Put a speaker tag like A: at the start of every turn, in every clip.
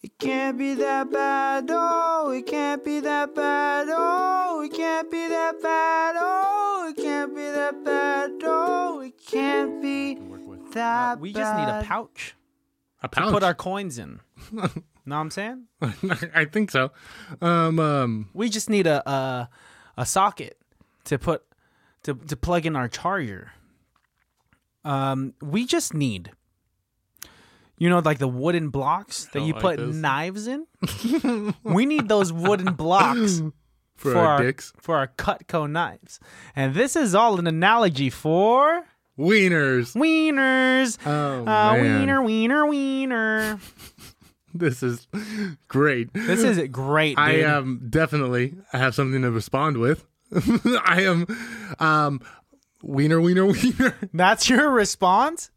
A: It can't be that bad, oh, it can't be that bad, oh, it can't be that bad, oh, it can't be that bad, oh, it can't be
B: Uh,
A: that
B: we just need a
A: bad.
B: pouch to
C: A pouch.
B: put our coins in. know what I'm saying?
C: I think so. Um, um,
B: We just need a a, a socket to put to to plug in our charger. Um, we just need, you know, like the wooden blocks that
C: don't
B: you
C: like
B: put
C: this.
B: knives in. we need those wooden blocks
C: for, our, dicks,
B: for our Cutco knives, and this is all an analogy for
C: wieners.
B: wieners.
C: Oh
B: Uh,
C: man,
B: wiener, wiener, wiener.
C: this is great.
B: This is great, dude.
C: I am definitely I have something to respond with. I am, um, wiener, wiener, wiener.
B: That's your response?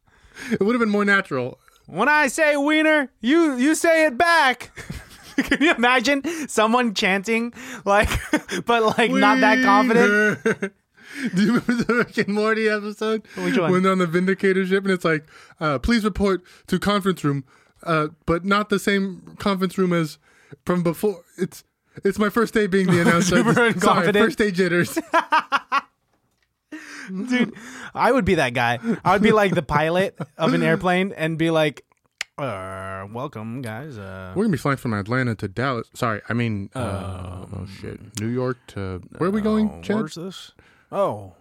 C: It would have been more natural.
B: When I say wiener, you you say it back. Can you imagine someone chanting like but like not that confident?
C: confident. Do you remember the Rick and Morty episode?
B: Which one?
C: When they're on the Vindicator ship and it's like, uh, please report to conference room, uh, but not the same conference room as from before. It's it's my first day being the announcer.
B: Super
C: Sorry,
B: confident.
C: first day jitters.
B: Dude, I would be that guy. I would be like the pilot of an airplane and be like uh, welcome guys. Uh,
C: We're gonna be flying from Atlanta to Dallas. Sorry, I mean, uh,
B: Um,
C: oh shit, New York to where are we going, Chad?
B: where's this? Oh,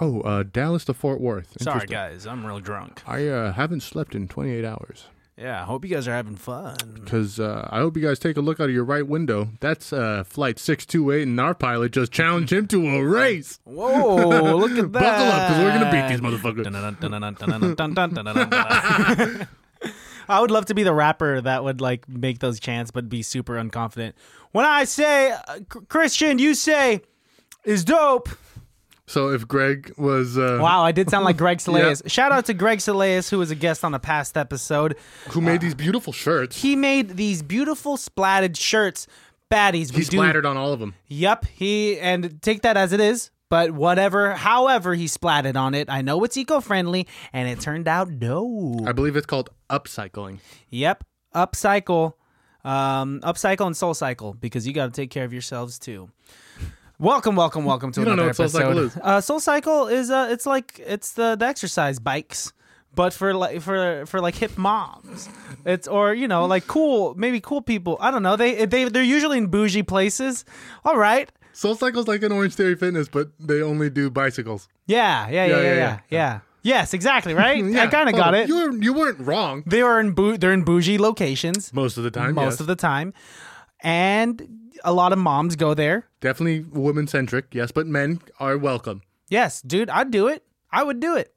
C: Oh, uh, Dallas to Fort Worth.
B: sorry
C: Interesting.
B: guys, I'm real drunk.
C: I uh, haven't slept in 28 hours.
B: Yeah, hope you guys are having fun.
C: Because uh, I hope you guys take a look out of your right window. That's uh, flight 628, and our pilot just challenged him to a race.
B: Whoa, look at that.
C: Buckle up, because we're going to beat these motherfuckers.
B: I would love to be the rapper that would like make those chants, but be super unconfident. When I say uh, C- Christian, you say is dope.
C: So if Greg was. Uh,
B: Wow, I did sound like Greg Salias. Shout out to Greg Salias, who was a guest on a past episode.
C: Who made these beautiful shirts?
B: He made these beautiful splatted shirts, baddies.
C: He
B: We do
C: splattered on all of them.
B: Yep, he and take that as it is. But whatever, however, he splatted on it. I know it's eco-friendly, and it turned out no.
C: I believe it's called upcycling.
B: Yep, upcycle, um, upcycle, and soul cycle because you got to take care of yourselves too. Welcome, welcome, welcome to
C: You don't
B: another
C: know what Soul
B: episode.
C: Cycle is.
B: Uh, soul cycle is uh, it's like it's the, the exercise bikes. But for like for for like hip moms, it's or you know like cool maybe cool people. I don't know. They they they're usually in bougie places. All right,
C: Soul Cycle's like an Orange Theory Fitness, but they only do bicycles.
B: Yeah, yeah, yeah, yeah, yeah.
C: yeah,
B: yeah,
C: yeah.
B: Yes, exactly, right? I
C: Yeah,
B: kind of got
C: totally.
B: it.
C: You, were, you weren't wrong.
B: They are in bou- they're in bougie locations
C: Most of the time,
B: most
C: yes.
B: of the time. And a lot of moms go there.
C: Definitely women centric, yes, but men are welcome.
B: Yes, dude, I'd do it. I would do it.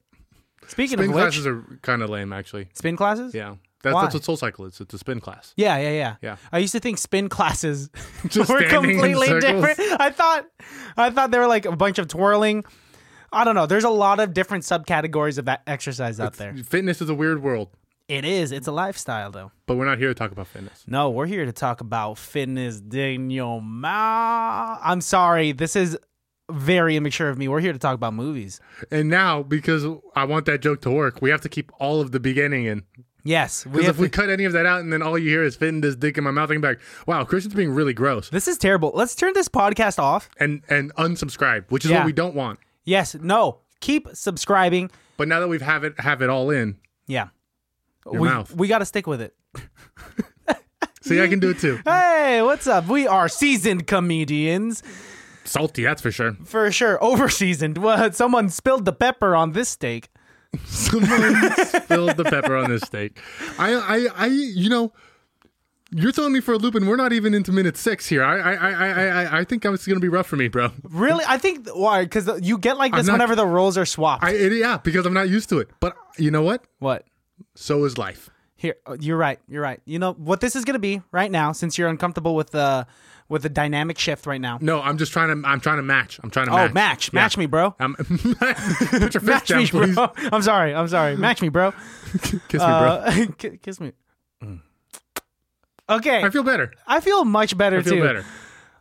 B: Speaking
C: Spin
B: of which,
C: classes are kind of lame, actually.
B: spin classes?
C: Yeah. That's,
B: Why?
C: that's what Soul Cycle is. It's a spin class.
B: Yeah, yeah, yeah.
C: Yeah.
B: I used to think spin classes
C: Just
B: were
C: standing in
B: completely
C: circles.
B: different. I thought I thought they were like a bunch of twirling. I don't know. There's a lot of different subcategories of that exercise out there.
C: Fitness is a weird world.
B: It is. It's a lifestyle though.
C: But we're not here to talk about fitness.
B: No, we're here to talk about fitness in your mouth. I'm sorry, this is very immature of me. We're here to talk about movies.
C: And now, because I want that joke to work, we have to keep all of the beginning in.
B: Yes, we
C: Because
B: have
C: if we
B: to-
C: cut any of that out and then all you hear is fitting this dick in my mouth, I'm back, wow, Christian's being really gross.
B: this is terrible. Let's turn this podcast off.
C: And and unsubscribe, which is
B: Yeah.
C: what we don't want.
B: Yes, no, keep subscribing.
C: But now that we've have it have it all in,
B: Yeah,
C: Your
B: we
C: mouth.
B: we got to stick with it.
C: see I can do it too.
B: Hey, what's up? We are seasoned comedians
C: Salty, that's for sure.
B: for sure. Over seasoned. What? Someone spilled the pepper on this steak.
C: Someone spilled the pepper on this steak. I I I you know you're throwing me for a loop, and we're not even into minute six here. I I I I- I, I think it's gonna be rough for me, bro.
B: Really? I think why? Because you get like this
C: not-
B: whenever the roles are swapped.
C: I it, yeah, because I'm not used to it. But you know what?
B: what?
C: So is life.
B: Here, oh, you're right. You're right. You know what this is gonna be right now, since you're uncomfortable with the with the dynamic shift right now.
C: No, I'm just trying to. I'm trying to match. I'm trying to
B: Oh,
C: Mm,
B: match,
C: match.
B: match, me, bro.
C: Um, put your fist
B: Match
C: down,
B: me,
C: please.
B: bro. I'm sorry. I'm sorry. Match me, bro.
C: Kiss me,
B: Uh, ki- kiss me. Okay,
C: bro. I feel better.
B: I feel much better
C: I feel
B: too.
C: better.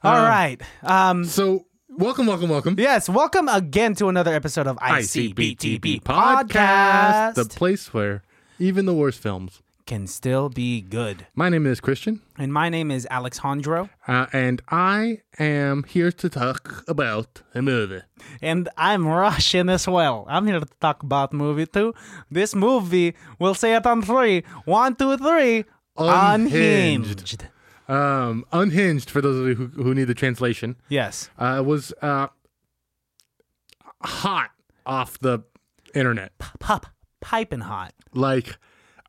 B: All right. Um.
C: So welcome, welcome, welcome.
B: Yes. Welcome again to another episode of ICBTB podcast.
C: the place where even the worst films
B: can still be good.
C: My name is Christian,
B: And my name is Alexandro,
C: uh, and I am here to talk about a movie.
B: and I'm Russian as well. I'm here to talk about movie two. This movie, we'll say it on three. One, two, three.
C: Unhinged.
B: Unhinged.
C: Um, Unhinged, for those of you who, who need the translation,
B: Yes.
C: uh, was uh, hot off the internet.
B: Pop, piping hot.
C: Like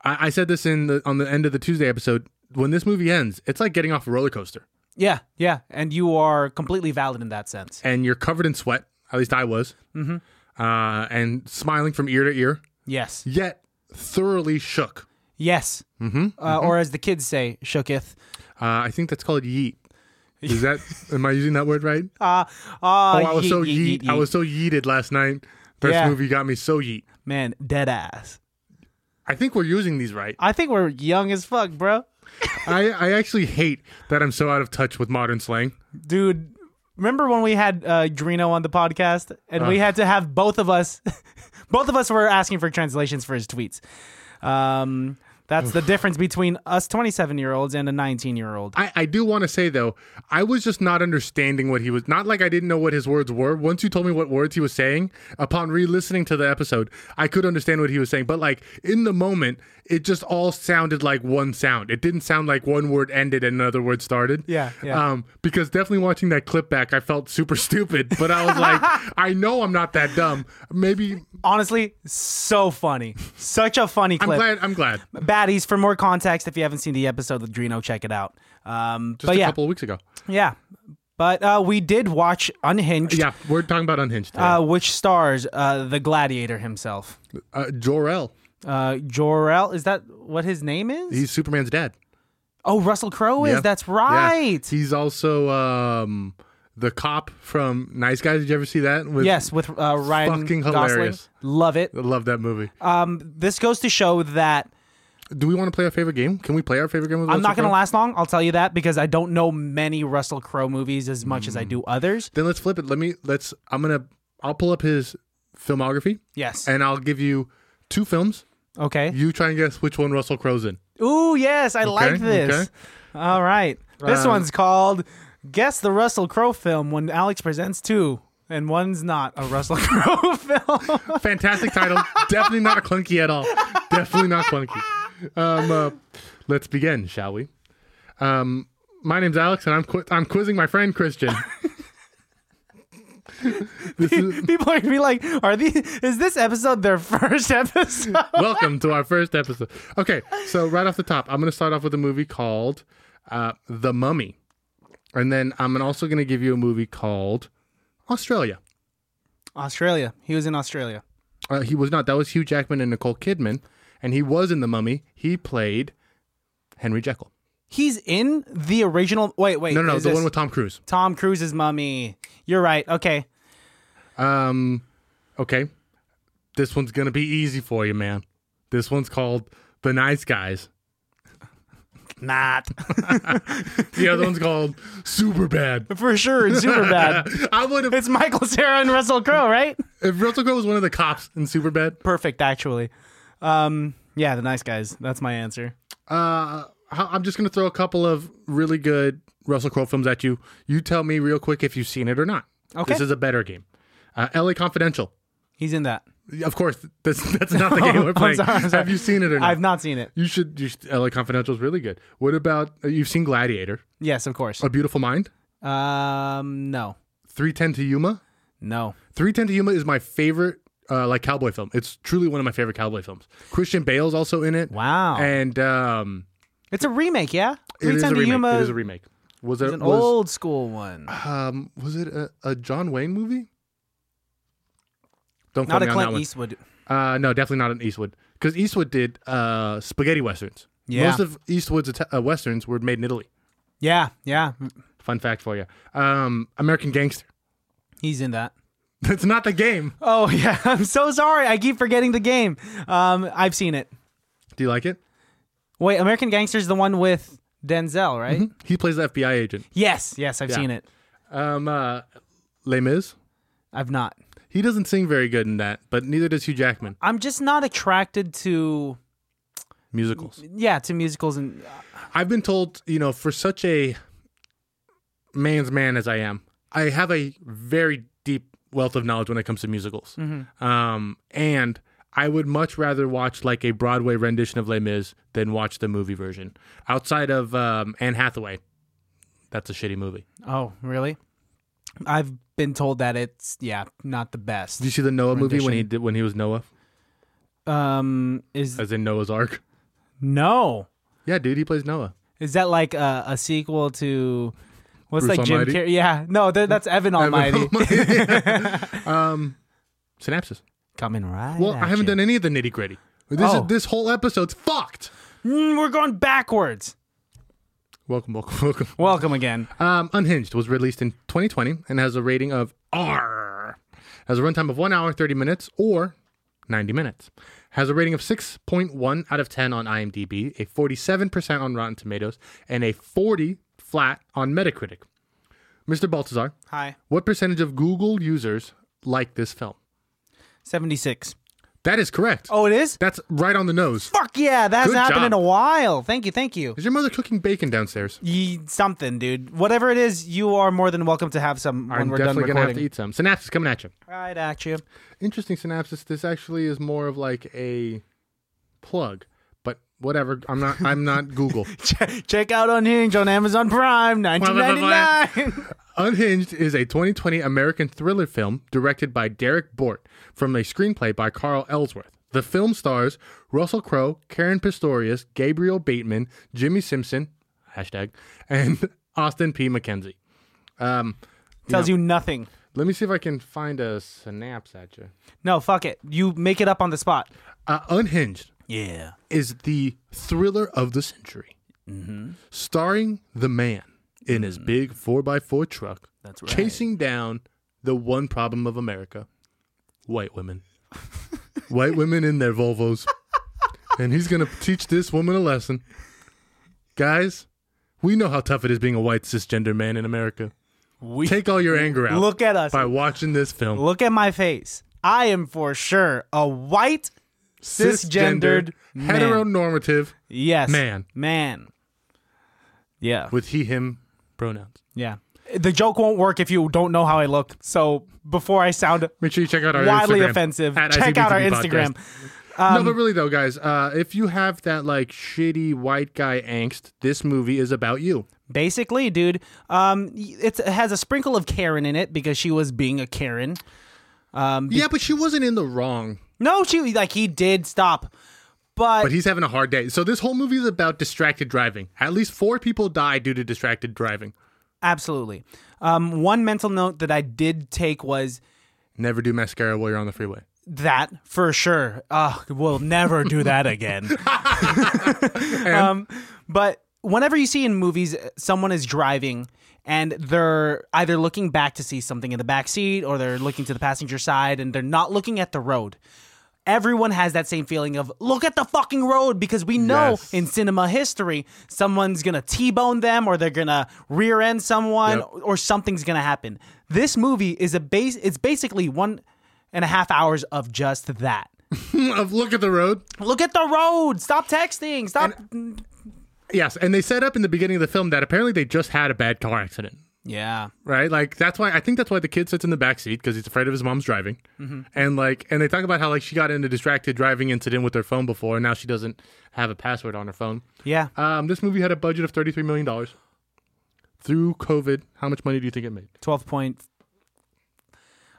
C: I, I said this in the on the end of the Tuesday episode. When this movie ends, it's like getting off a roller coaster,
B: Yeah, yeah. And you are completely valid in that sense.
C: and you're covered in sweat. At least I was, mm-hmm. uh, and smiling from ear to ear,
B: Yes.
C: yet thoroughly shook.
B: Yes. Mm-hmm. Uh, Or as the kids say, shooketh.
C: Uh, I think that's called yeet. Is that? am I using that word right?
B: Uh, uh, oh,
C: oh, I was so yeet. I was so yeeted last night. This
B: Yeah.
C: movie got me so yeet.
B: Man, dead ass.
C: I think we're using these right.
B: I think we're young as fuck, bro.
C: I, I actually hate that I'm so out of touch with modern slang.
B: Dude, remember when we had uh, Drino on the podcast and we had to have both of us, both of us were asking for translations for his tweets. Um, that's the difference between us 27 year olds and a 19 year old.
C: I, I do want to say though, I was just not understanding what he was. Not like I didn't know what his words were. Once you told me what words he was saying, upon re-listening to the episode, I could understand what he was saying. But like in the moment, it just all sounded like one sound. It didn't sound like one word ended and another word started.
B: Yeah, yeah.
C: Um, because definitely watching that clip back, I felt super stupid. But I was like, I know I'm not that dumb. Maybe
B: Honestly, so funny. Such a funny
C: I'm
B: clip.
C: glad. I'm glad.
B: Baddies, for more context, if you haven't seen the episode with Drino, check it out. Um,
C: Just
B: but
C: a
B: yeah,
C: couple of weeks ago.
B: yeah. But uh, we did watch Unhinged,
C: Yeah, we're talking about unhinged. Today.
B: uh, which stars uh, the gladiator himself.
C: uh, Jor-El.
B: Uh, Jor-El, is that what his name is?
C: He's Superman's dad.
B: oh, Russell Crowe
C: Yeah.
B: is. That's
C: Yeah.
B: right.
C: He's also um, the cop from Nice Guys. Did you ever see that? With,
B: Yes, with uh, Ryan
C: Fucking
B: Gosling.
C: hilarious.
B: Love it.
C: I love that movie.
B: Um, this goes to show that
C: Do we want to play our favorite game? Can we play our favorite game? With
B: I'm not
C: Russell
B: going to
C: Crowe?
B: last long. I'll tell you that because I don't know many Russell Crowe movies as much as I
C: Hmm.
B: do others.
C: Then let's flip it. Let me. Let's. I'm gonna. I'll pull up his filmography,
B: Yes.
C: and I'll give you two films.
B: okay.
C: You try and guess which one Russell Crowe's in.
B: Ooh, yes, I like
C: okay.
B: this. All right. This
C: Um,
B: one's called Guess the Russell Crowe film when Alex presents two, and one's not a Russell Crowe film.
C: Fantastic title. Definitely not clunky at all. Definitely not clunky. Um, uh, let's begin, shall we? Um, my name's Alex, and I'm qui- I'm quizzing my friend Christian. this is,
B: People are gonna be like, "Are these? Is this episode their first episode?"
C: welcome to our first episode. Okay, so right off the top, I'm going to start off with a movie called uh, The Mummy, and then I'm also going to give you a movie called Australia.
B: Australia. He was in Australia.
C: Uh, he was not. That was Hugh Jackman and Nicole Kidman, and he was in The Mummy. He played Henry Jekyll.
B: He's in the original. Wait, wait.
C: No, no, no
B: is
C: the
B: this
C: one with Tom Cruise.
B: Tom Cruise's mummy. You're right. Okay.
C: Um, okay, this one's gonna be easy for you, man. This one's called The Nice Guys.
B: Not
C: The other one's called Super Bad.
B: for sure. It's super bad.
C: I would have
B: It's Michael Sarah and Russell Crowe, right?
C: if Russell Crowe was one of the cops in Super Bad.
B: Perfect, actually. Um, yeah, the nice guys. That's my answer.
C: Uh, I- I'm just gonna throw a couple of really good Russell Crowe films at you. You tell me real quick if you've seen it or not.
B: Okay.
C: This is a better game. Uh, L.A. Confidential.
B: He's in that.
C: Of course, that's that's not the game we're
B: Oh, I'm
C: playing.
B: sorry, I'm sorry.
C: Have you seen it or not?
B: I've not seen it.
C: You should. You should LA Confidential is really good. What about uh, you've seen Gladiator,
B: Yes, of course.
C: A Beautiful Mind,
B: Um, no,
C: Three Ten to Yuma.
B: no.
C: Three Ten to Yuma is my favorite. Uh, like cowboy film, it's truly one of my favorite cowboy films. Christian Bale's also in it.
B: Wow.
C: And um,
B: It's a remake, yeah.
C: it is a
B: Return to
C: remake.
B: Yuma
C: It is a remake. Was
B: is
C: it
B: an
C: was,
B: old school one.
C: um was it a, a John Wayne movie? Don't
B: Not
C: quote
B: a
C: me on that
B: Clint
C: one.
B: Eastwood.
C: Uh, no, definitely not an Eastwood because Eastwood did uh spaghetti westerns.
B: Yeah.
C: Most of Eastwood's Ita- uh, westerns were made in Italy.
B: Yeah, yeah.
C: Fun fact for you. Um, American Gangster.
B: He's in that.
C: That's not the game.
B: Oh yeah, I'm so sorry. I keep forgetting the game. Um, I've seen it.
C: Do you like it?
B: Wait, American Gangster's the one with Denzel, right?
C: He plays the FBI agent.
B: Yes, yes, I've seen it.
C: Um, uh, Les Mis.
B: I've not.
C: He doesn't sing very good in that, but neither does Hugh Jackman.
B: I'm just not attracted to
C: musicals.
B: yeah, to musicals and
C: I've been told, you know, for such a man's man as I am, I have a very deep wealth of knowledge when it comes to musicals. Um, and I would much rather watch like a Broadway rendition of Les Mis than watch the movie version. Outside of um, Anne Hathaway, that's a shitty movie.
B: oh, really? I've been told that it's yeah, not the best.
C: Did you see the Noah movie when he did when he was Noah,
B: Um, is
C: as in Noah's Ark?
B: no,
C: Yeah, dude, he plays Noah.
B: is that like a, a sequel to what's
C: Bruce
B: like Jim
C: Almighty?
B: Carrey? Yeah, no, th- that's Evan Almighty
C: um, synapses.
B: coming right.
C: Well,
B: at
C: I haven't
B: you.
C: done any of the nitty gritty. This
B: Oh.
C: is this whole episode's fucked.
B: Mm, we're going backwards.
C: Welcome, welcome, welcome.
B: Welcome again.
C: Um, Unhinged was released in 2020 and has a rating of R. Has a runtime of 1 hour, 30 minutes, or 90 minutes. Has a rating of 6.1 out of 10 on IMDb, a 47% on Rotten Tomatoes, and a 40 flat on Metacritic. Mr. Baltazar,
B: Hi,
C: what percentage of Google users like this film?
B: seventy six.
C: That is correct.
B: Oh, it is.
C: That's right on the nose.
B: Fuck yeah, that hasn't
C: Good
B: happened in
C: job.
B: a while. Thank you, thank you.
C: Is your mother cooking bacon downstairs?
B: Ye- something, dude. Whatever it is, you are more than welcome to have some when
C: I'm
B: we're done
C: definitely
B: recording.
C: gonna have to eat some. Synapses coming at you.
B: Right at you.
C: interesting synapses. This actually is more of like a plug, but whatever. I'm not. I'm not Google.
B: Check out Unhinged on Amazon Prime, nineteen ninety nine.
C: Unhinged is a 2020 American thriller film directed by Derek Bort from a screenplay by Carl Ellsworth. The film stars Russell Crowe, Karen Pistorius, Gabriel Bateman, Jimmy Simpson, hashtag, and Austin P. McKenzie. Um,
B: Tells you nothing.
C: let me see if I can find a synapse at you.
B: No, fuck it. You make it up on the spot.
C: Uh, Unhinged
B: Yeah.
C: is the thriller of the century,
B: Mm-hmm.
C: starring the man in his big 4x4 truck
B: That's
C: chasing down the one problem of America white women. white women in their Volvos. and he's going to teach this woman a lesson. Guys, we know how tough it is being a white cisgender man in America.
B: We
C: Take all your anger out
B: look at us.
C: by watching this film.
B: Look at my face. I am for sure a white cisgendered man.
C: heteronormative
B: yes
C: man.
B: Man. Yeah.
C: with he, him pronouns.
B: Yeah. The joke won't work if you don't know how I look. So before I sound
C: Make sure you check out our
B: wildly
C: Instagram
B: offensive,
C: at
B: check out our
C: ICBTV
B: Instagram. Um,
C: podcast. no, but really though, guys, uh, if you have that like shitty white guy angst, this movie is about you.
B: Basically, dude, um, y- it's, it has a sprinkle of Karen in it because she was being a Karen.
C: yeah, but she wasn't in the wrong.
B: No, she like he did stop, but,
C: But he's having a hard day. So this whole movie is about distracted driving. At least four people die due to distracted driving.
B: absolutely. Um, one mental note that I did take was
C: Never do mascara while you're on the freeway.
B: that for sure. Ugh, we'll never do that again. um, but whenever you see in movies uh, someone is driving and they're either looking back to see something in the back seat or they're looking to the passenger side and they're not looking at the road. Everyone has that same feeling of look at the fucking road because we know
C: Yes.
B: in cinema history someone's gonna T-bone them or they're gonna rear end someone
C: Yep.
B: or something's gonna happen. This movie is a base. It's basically one and a half hours of just that.
C: Of look at the road.
B: Look at the road. Stop texting. Stop.
C: Yes, and they set up in the beginning of the film that apparently they just had a bad car accident.
B: yeah.
C: right? Like that's why I think that's why the kid sits in the back seat because he's afraid of his mom's driving, and like and they talk about how like she got in a distracted driving incident with her phone before, and now she doesn't have a password on her phone.
B: Yeah.
C: Um, this movie had a budget of thirty three million dollars. Through COVID, how much money do you think it made?
B: Twelve point.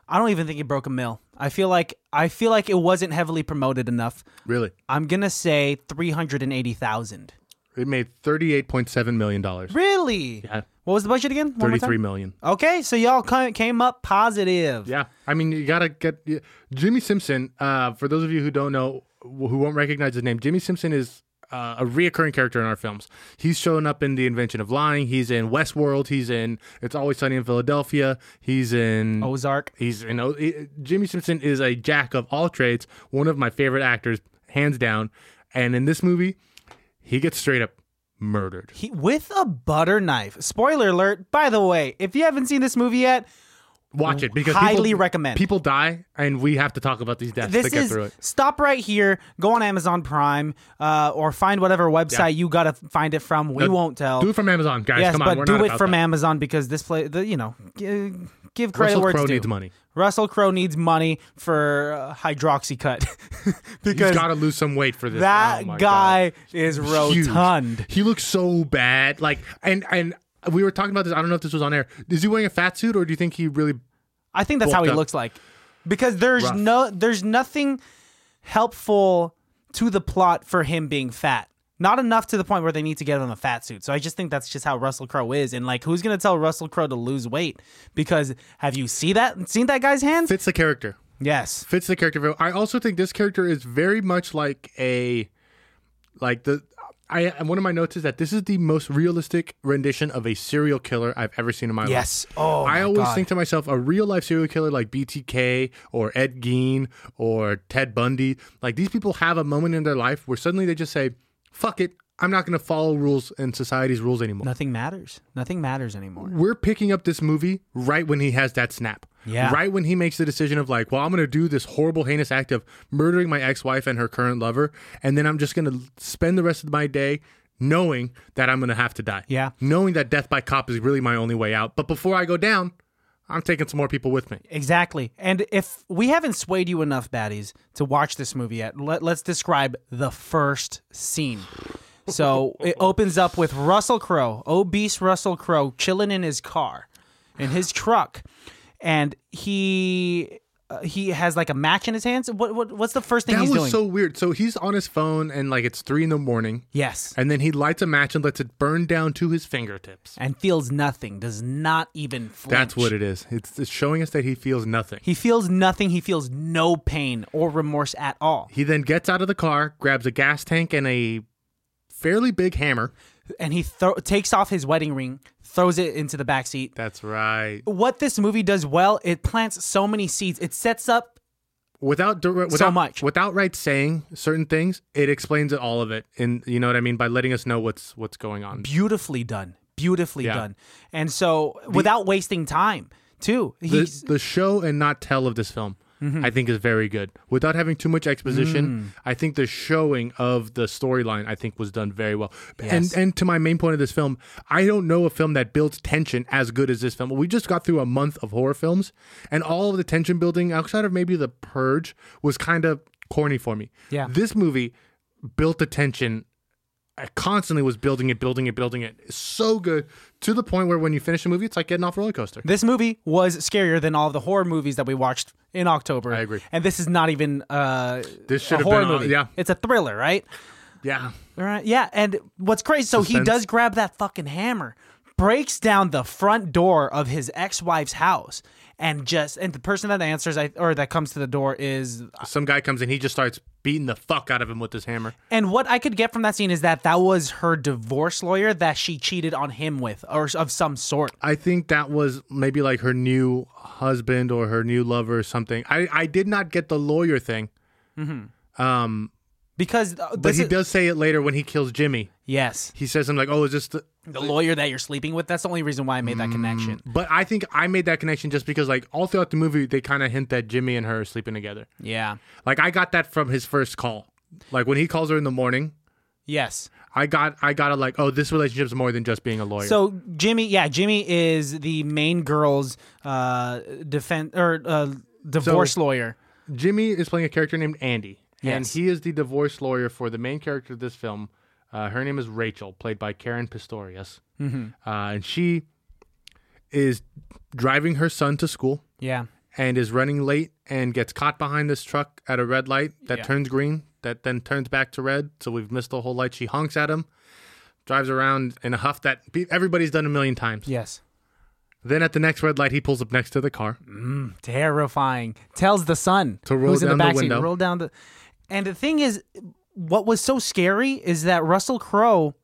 B: I don't even think it broke a mill. I feel like I feel like it wasn't heavily promoted enough.
C: Really,
B: I'm gonna say three hundred and eighty thousand.
C: it made thirty eight point seven million dollars.
B: Really?
C: Yeah.
B: What was the budget again? One more
C: Thirty
B: time?
C: three million.
B: Okay, so y'all ca- came up positive.
C: Yeah, I mean you gotta get yeah. Jimmy Simpson. Uh, for those of you who don't know, wh- who won't recognize his name, Jimmy Simpson is uh, a reoccurring character in our films. He's shown up in The Invention of Lying. He's in Westworld. He's in It's Always Sunny in Philadelphia. He's in
B: Ozark.
C: He's in O- he- Jimmy Simpson is a jack of all trades. One of my favorite actors, hands down. And in this movie, he gets straight up murdered.
B: He, with a butter knife. Spoiler alert. By the way, if you haven't seen this movie yet,
C: Watch it because
B: Oh, Highly
C: people,
B: recommend.
C: People die, and we have to talk about these deaths
B: This
C: to get
B: is
C: through it.
B: stop right here. Go on Amazon Prime uh, or find whatever website
C: Yeah.
B: you gotta find it from. We
C: No,
B: won't tell.
C: Do it from Amazon, guys.
B: yes,
C: Come on,
B: but
C: we're
B: do
C: not
B: it
C: about
B: from
C: that.
B: Amazon because this play, the, you know, g- give credit
C: Russell
B: where it's
C: Crowe
B: due.
C: needs money.
B: Russell Crowe needs money for uh, hydroxycut
C: He's
B: because
C: got to lose some weight for this.
B: that
C: Oh my God.
B: guy is
C: huge.
B: rotund.
C: He looks so bad. Like, and and we were talking about this. I don't know if this was on air. Is he wearing a fat suit, or do you think he really?
B: I think that's how he
C: bulked up.
B: looks like. Because there's
C: Rough.
B: no there's nothing helpful to the plot for him being fat. Not enough to the point where they need to get him a fat suit. So I just think that's just how Russell Crowe is. And like who's gonna tell Russell Crowe to lose weight? Because have you see that seen that guy's hands?
C: fits the character?
B: yes.
C: Fits the character. very- I also think this character is very much like a, like the. I and one of my notes is that this is the most realistic rendition of a serial killer I've ever seen in my life.
B: Yes. Oh
C: I
B: my
C: always
B: God.
C: think to myself, a real life serial killer like BTK or Ed Gein or Ted Bundy, like these people have a moment in their life where suddenly they just say, fuck it, I'm not going to follow rules and society's rules anymore.
B: nothing matters. Nothing matters anymore.
C: We're picking up this movie right when he has that snap.
B: Yeah.
C: Right when he makes the decision of like, well, I'm going to do this horrible, heinous act of murdering my ex wife and her current lover. And then I'm just going to spend the rest of my day knowing that I'm going to have to die
B: Yeah.
C: knowing that death by cop is really my only way out. But before I go down, I'm taking some more people with me.
B: Exactly. And if we haven't swayed you enough, baddies, to watch this movie yet, let, let's describe the first scene. So it opens up with Russell Crowe, obese Russell Crowe, chilling in his car, in his truck, and he uh, he has like a match in his hands. What, what what's the first thing
C: That
B: he's
C: was
B: doing?
C: so weird. So he's on his phone and like it's three in the morning,
B: yes,
C: and then he lights a match and lets it burn down to his fingertips.
B: and feels nothing. Does not even. Flinch.
C: That's what it is. It's, it's showing us that he feels nothing.
B: He feels nothing. He feels no pain or remorse at all.
C: He then gets out of the car, grabs a gas tank and a fairly big hammer.
B: and he thro- takes off his wedding ring, throws it into the back seat.
C: That's right.
B: What this movie does well, it plants so many seeds. It sets up
C: Without dir- without
B: much.
C: without right saying certain things, it explains all of it, and you know what I mean by letting us know what's what's going on.
B: beautifully done, beautifully
C: Yeah.
B: done, and so without wasting time too. He's Mm-hmm.
C: the, the show and not tell of this film i think is very good without having too much exposition
B: Mm.
C: i think the showing of the storyline i think was done very well
B: Yes.
C: and and to my main point of this film i don't know a film that builds tension as good as this film we just got through a month of horror films and all of the tension building outside of maybe the purge was kind of corny for me
B: Yeah.
C: this movie built the tension I constantly was building it, building it, building it. It's so good to the point where when you finish the movie, it's like getting off a roller coaster.
B: this movie was scarier than all the horror movies that we watched in October.
C: I agree.
B: and this is not even uh,
C: This should
B: a
C: have
B: horror
C: been on-
B: movie.
C: yeah.
B: it's a thriller, right?
C: Yeah.
B: All right. Yeah. And what's crazy? So he
C: Suspense.
B: does grab that fucking hammer, breaks down the front door of his ex-wife's house, and just and the person that answers I, or that comes to the door is.
C: some guy comes in, he just starts beating the fuck out of him with this hammer.
B: And what I could get from that scene is that that was her divorce lawyer that she cheated on him with, or of some sort.
C: I think that was maybe like her new husband or her new lover or something. I, I did not get the lawyer thing,
B: Because uh,
C: but
B: this
C: he
B: is-
C: does say it later when he kills Jimmy.
B: yes,
C: He says something like, "Oh, is this the?"
B: the lawyer that you're sleeping with. That's the only reason why I made that connection.
C: But I think I made that connection just because like all throughout the movie they kind of hint that Jimmy and her are sleeping together.
B: Yeah.
C: Like I got that from his first call. Like when he calls her in the morning,
B: Yes.
C: I got I got it like, "Oh, this relationship's more than just being a lawyer."
B: So Jimmy, yeah, Jimmy is the main girl's uh, defense or uh, divorce lawyer.
C: Jimmy is playing a character named Andy, and
B: Yes.
C: he is the divorce lawyer for the main character of this film. Uh, her name is Rachel, played by Karen Pistorius, mm-hmm. uh, and she is driving her son to school
B: Yeah.
C: and is running late and gets caught behind this truck at a red light that
B: Yeah.
C: turns green, that then turns back to red. So we've missed the whole light. She honks at him, drives around in a huff that pe- everybody's done a million times.
B: Yes.
C: Then at the next red light, he pulls up next to the car.
B: Terrifying. Tells the son
C: To roll
B: who's in the
C: down
B: backseat,
C: the window.
B: roll down the. And the thing is, what was so scary is that Russell Crowe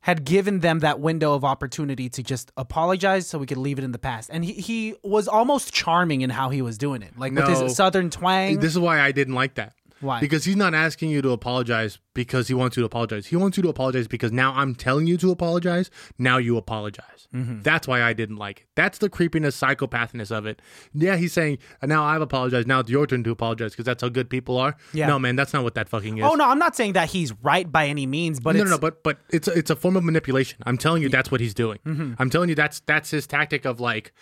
B: had given them that window of opportunity to just apologize so we could leave it in the past. And he, he was almost charming in how he was doing it, like with
C: No.
B: his southern twang.
C: This is why I didn't like that.
B: Why?
C: Because he's not asking you to apologize because he wants you to apologize. He wants you to apologize because now I'm telling you to apologize. Now you apologize.
B: Mm-hmm.
C: That's why I didn't like it. That's the creepiness, psychopathness of it. Yeah, he's saying "Uh, now I've apologized. Now it's your turn to apologize because that's how good people are.
B: Yeah.
C: No, man, that's not what that fucking is.
B: Oh no, I'm not saying that he's right by any means, but
C: No,
B: it's,
C: no, no, but but it's a, it's a form of manipulation. I'm telling you, that's what he's doing.
B: Mm-hmm.
C: I'm telling you, that's that's his tactic of like.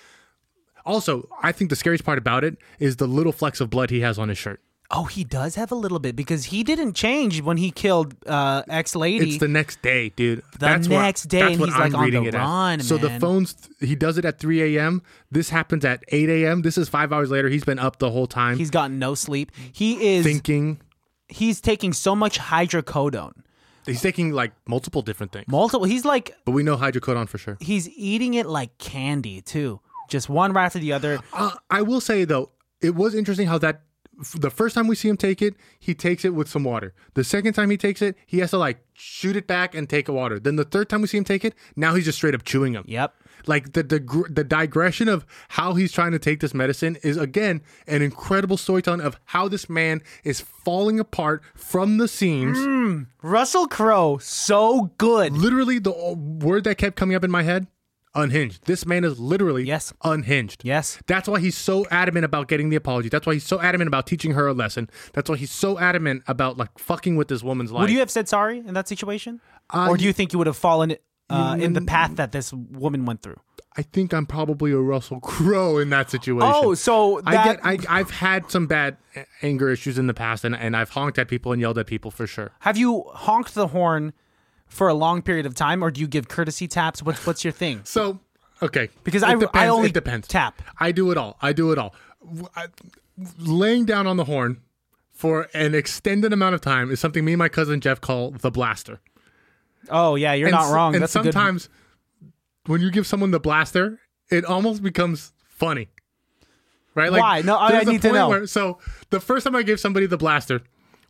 C: Also, I think the scariest part about it is the little flecks of blood he has on his shirt.
B: oh, he does have a little bit because he didn't change when he killed uh, ex lady.
C: It's the next day, dude. The
B: next day, and he's, like, on the run,
C: So the
B: man.
C: phones, he does it at 3 a.m. This happens at 8 a.m. This is five hours later. He's been up the whole time
B: he's gotten no sleep. He is
C: thinking.
B: he's taking so much hydrocodone,
C: He's taking like multiple different things,
B: multiple. He's like
C: but we know hydrocodone for sure.
B: he's eating it like candy too, just one right after the other.
C: Uh, I will say though, it was interesting how that f- the first time we see him take it, he takes it with some water. The second time he takes it, he has to like shoot it back and take a water. Then the third time we see him take it, now he's just straight up chewing them.
B: Yep.
C: Like the, the gr- the digression of how he's trying to take this medicine is again an incredible storytelling of how this man is falling apart from the seams.
B: Mm. Russell Crowe, so good.
C: Literally, the o- word that kept coming up in my head, unhinged. This man is literally
B: Yes.
C: unhinged.
B: Yes.
C: That's why he's so adamant about getting the apology. That's why he's so adamant about teaching her a lesson. That's why he's so adamant about like fucking with this woman's life.
B: Would you have said sorry in that situation, or do you think you would have fallen uh, in the path that this woman went through?
C: I think I'm probably a Russell Crowe in that situation.
B: Oh, so
C: I get I, I've had some bad a- anger issues in the past, and, and I've honked at people and yelled at people for sure.
B: Have you honked the horn for a long period of time, or do you give courtesy taps? What's what's your thing?
C: So okay,
B: Because
C: It
B: I- I
C: depends.
B: only
C: it depends.
B: tap.
C: I do it all. I do it all. W- I- laying down on the horn for an extended amount of time is something me and my cousin Jeff call the blaster.
B: Oh yeah, you're
C: and
B: not
C: s-
B: wrong.
C: And
B: That's a good-
C: sometimes when you give someone the blaster, it almost becomes funny. Right? Like,
B: Why? No, I- I
C: there's a
B: need to
C: point
B: know.
C: Where, so the first time I gave somebody the blaster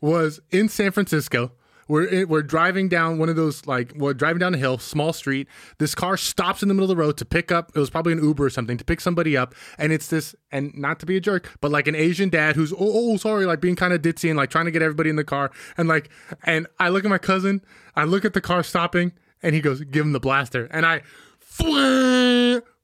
C: was in San Francisco. We're, in, we're driving down one of those like we're driving down a hill, small street. This car stops in the middle of the road to pick up. It was probably an Uber or something to pick somebody up, and it's this and not to be a jerk, but like an Asian dad who's oh, oh sorry, like being kind of ditzy and like trying to get everybody in the car, and like and I look at my cousin, I look at the car stopping, and he goes give him the blaster, and I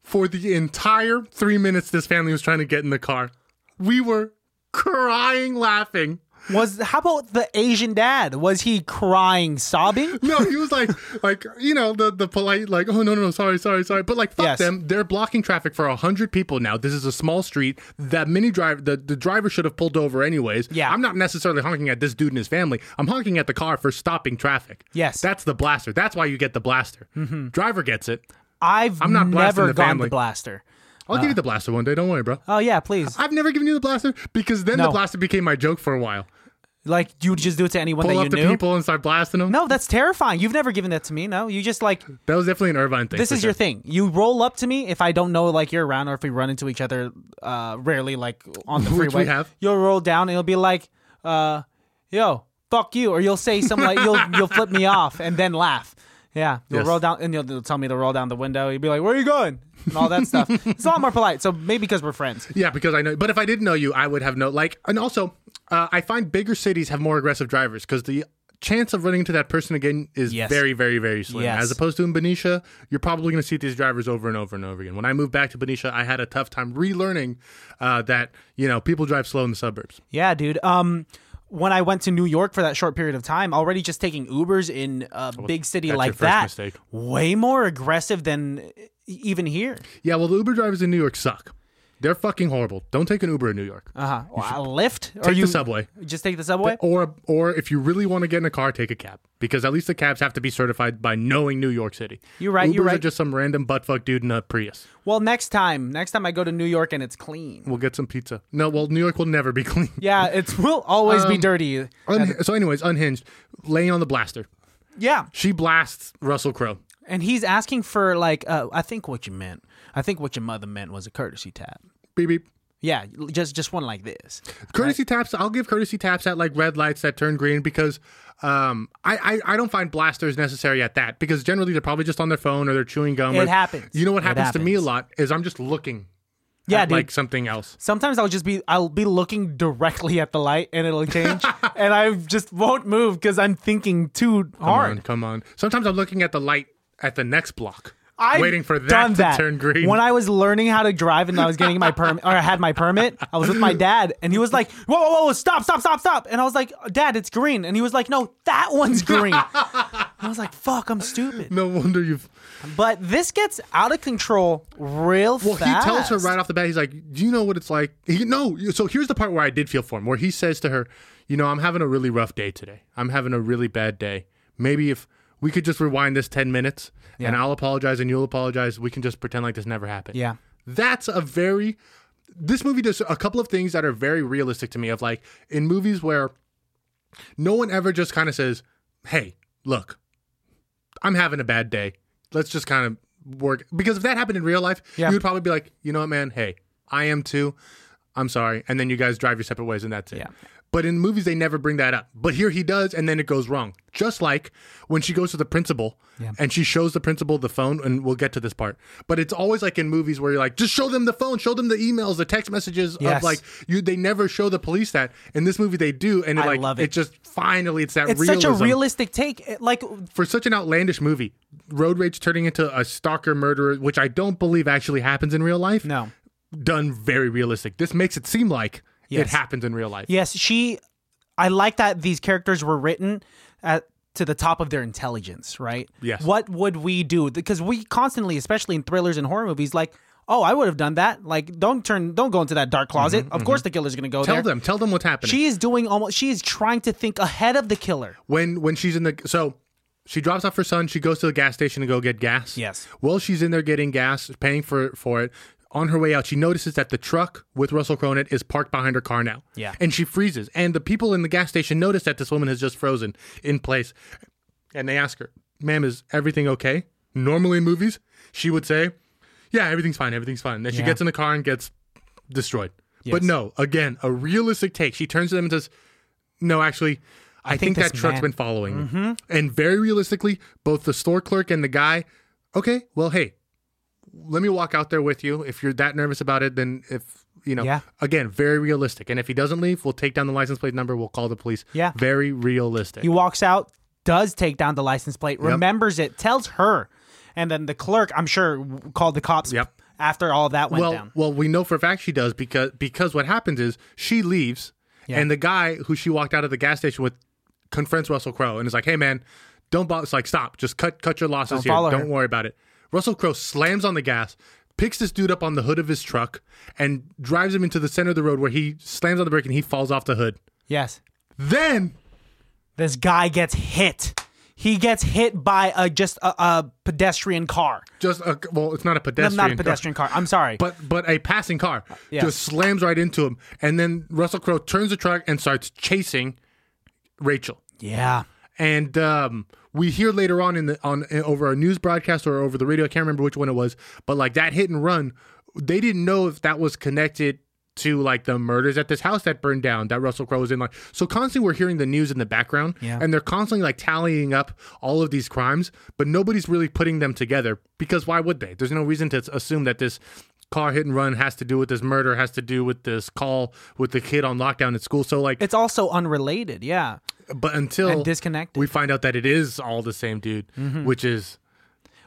C: for the entire three minutes this family was trying to get in the car. We were crying laughing.
B: was how about the Asian dad? Was he crying, sobbing?
C: No, he was like, like you know, the the polite, like, oh no, no, no, sorry, sorry, sorry. But like, fuck
B: Yes.
C: them. They're blocking traffic for hundred people now. This is a small street. That mini drive, the the driver should have pulled over anyways.
B: Yeah.
C: I'm not necessarily honking at this dude and his family. I'm honking at the car for stopping traffic.
B: Yes. Mm-hmm.
C: that's the blaster. That's why you get the blaster. Driver gets it.
B: I've
C: not blasting
B: never
C: the
B: gone
C: family.
B: the blaster. Uh.
C: I'll give you the blaster one day. Don't worry, bro.
B: Oh yeah, please.
C: I've never given you the blaster because then the
B: No.
C: blaster became my joke for a while.
B: like you would just do it to anyone
C: Pull
B: that
C: up
B: you
C: the
B: knew.
C: people and start blasting them.
B: No, that's terrifying. You've never given that to me. No, you just like
C: That was definitely an Irvine thing.
B: this
C: for
B: is
C: sure.
B: your thing. You roll up to me if I don't know like you're around or if we run into each other uh rarely like on the
C: Which
B: freeway.
C: we have.
B: You'll roll down and you'll be like, uh, yo, fuck you, or you'll say something like you'll you'll flip me off and then laugh. Yeah, you'll
C: Yes.
B: roll down and you'll, you'll tell me to roll down the window. You'll be like, "Where are you going?" and all that stuff. It's a lot more polite. So maybe because we're friends.
C: Yeah, because I know. But if I didn't know you, I would have no like. And also, uh, I find bigger cities have more aggressive drivers because the chance of running into that person again is
B: Yes.
C: very, very, very slim.
B: Yes.
C: As opposed to in Benicia, you're probably going to see these drivers over and over and over again. When I moved back to Benicia, I had a tough time relearning uh, that you know people drive slow in the suburbs.
B: Yeah, dude. Um, when I went to New York for that short period of time, already just taking Ubers in a big city
C: Oh, that's
B: like
C: your first
B: that,
C: mistake.
B: way more aggressive than e-, even here.
C: Yeah, well, the Uber drivers in New York suck. They're fucking horrible. Don't take an Uber in New York.
B: Uh-huh. Well, a Lyft or
C: take
B: you
C: the subway.
B: Just take the subway.
C: Or, or if you really want to get in a car, take a cab because at least the cabs have to be certified by knowing New York City.
B: You're right,
C: Ubers
B: you're
C: Are
B: right.
C: just some random buttfuck dude in a Prius.
B: Well, next time, next time I go to New York and it's clean.
C: We'll get some pizza. No, well, New York will never be clean.
B: Yeah, it's will always
C: Um,
B: be dirty.
C: Unhi- so, anyways, unhinged, laying on the blaster.
B: Yeah,
C: She blasts Russell Crowe.
B: and he's asking for like, uh, I think what you meant, I think what your mother meant was a courtesy tap.
C: Beep beep.
B: Yeah, just just one like this.
C: Courtesy taps. I'll give courtesy taps at like red lights that turn green because um, I, I I don't find blasters necessary at that because generally they're probably just on their phone or they're chewing gum.
B: It
C: or-
B: happens.
C: You know what
B: It
C: happens, to me a
B: happens.
C: lot is I'm just looking
B: Yeah,
C: at,
B: dude.
C: like something else.
B: Sometimes I'll just be I'll be looking directly at the light and it'll change and I just won't move because I'm thinking too
C: Come
B: hard.
C: on, come on. Sometimes I'm looking at the light at the next block,
B: I've
C: waiting for that
B: done
C: to turn green.
B: When I was learning how to drive and I was getting my permit or I had my permit, I was with my dad and he was like, "Whoa, whoa, whoa, stop, stop, stop, stop!" And I was like, "Dad, it's green," and he was like, "No, that one's green." I was like, "Fuck, I'm stupid."
C: no wonder you've
B: But this gets out of control real
C: Well,
B: fast.
C: he tells her right off the bat. He's like, "Do you know what it's like?" He, no. So here's the part where I did feel for him, where he says to her, "You know, I'm having a really rough day today. I'm having a really bad day. Maybe if we could just rewind this ten minutes, and I'll apologize and you'll apologize, we can just pretend like this never happened."
B: Yeah.
C: that's a very. This movie does a couple of things that are very realistic to me. Of like in movies where no one ever just kind of says, "Hey, look, I'm having a bad day. Let's just kind of work." Because if that happened in real life,
B: Yeah.
C: you would probably be like, "You know what, man? Hey, I am too. I'm sorry." And then you guys drive your separate ways, and that's it.
B: Yeah.
C: But in movies, they never bring that up. But here he does, and then it goes wrong. Just like when she goes to the principal and she shows the principal the phone, and we'll get to this part. But it's always like in movies where you're like, just show them the phone, show them the emails, the text messages
B: Yes.
C: of like you. They never show the police that. In this movie, they do, and it,
B: I
C: like
B: love it.
C: it just finally it's that
B: it's
C: realism.
B: such a realistic take. It- Like
C: for such an outlandish movie, road rage turning into a stalker murderer, which I don't believe actually happens in real life.
B: no.
C: Done very realistic. This makes it seem like it happens in real life.
B: Yes, she. I like that these characters were written at to the top of their intelligence, right?
C: Yes.
B: What would we do? Because we constantly, especially in thrillers and horror movies, like, oh, I would have done that. Like, don't turn, don't go into that dark closet. of course, the killer's gonna go
C: Mm-hmm,
B: there.
C: Tell them, tell them what's happening.
B: She is doing almost. She is trying to think ahead of the killer.
C: when when she's in the so she drops off her son she goes to the gas station to go get gas
B: Yes.
C: well she's in there getting gas paying for for it on her way out she notices that the truck with russell crowe in it is parked behind her car now
B: Yeah.
C: and she freezes and the people in the gas station notice that this woman has just frozen in place and they ask her ma'am is everything okay normally in movies she would say yeah everything's fine everything's fine then she
B: Yeah.
C: gets in the car and gets destroyed but no again a realistic take she turns to them and says no, actually, I,
B: think
C: think,
B: this
C: that truck's
B: man- Mm-hmm.
C: been following me. And very realistically, both the store clerk and the guy, okay, well, hey, let me walk out there with you. If you're that nervous about it, then if you know,
B: Yeah.
C: again, very realistic. And if he doesn't leave, we'll take down the license plate number. We'll call the police.
B: Yeah.
C: very realistic.
B: He walks out, does take down the license plate, remembers it, tells her, and then the clerk, I'm sure, w- called the cops.
C: Yep.
B: After all that went
C: well,
B: down.
C: well, we know for a fact she does because because what happens is she leaves, and the guy who she walked out of the gas station with confronts Russell Crowe and is like, "Hey, man, don't bother. It's like, stop. Just cut cut your losses here.
B: follow her."
C: Don't worry about it." Russell Crowe slams on the gas, picks this dude up on the hood of his truck, and drives him into the center of the road where he slams on the brake and he falls off the hood.
B: Yes.
C: Then
B: this guy gets hit. He gets hit by a just a, a pedestrian car.
C: just a, well, it's not a
B: I'm
C: pedestrian.
B: not a pedestrian car. I'm sorry.
C: But but a passing car
B: yeah.
C: just slams right into him, and then Russell Crowe turns the truck and starts chasing Rachel.
B: yeah.
C: And um, we hear later on in the on over a news broadcast or over the radio, I can't remember which one it was, but like that hit and run, they didn't know if that was connected to like the murders at this house that burned down that Russell Crowe was in. Like so constantly we're hearing the news in the background
B: Yeah.
C: and they're constantly like tallying up all of these crimes, but nobody's really putting them together because why would they? There's no reason to assume that this car hit and run has to do with this murder, has to do with this call with the kid on lockdown at school. So like
B: It's also unrelated. Yeah.
C: but until
B: And disconnected.
C: we find out that it is all the same dude,
B: Mm-hmm.
C: which is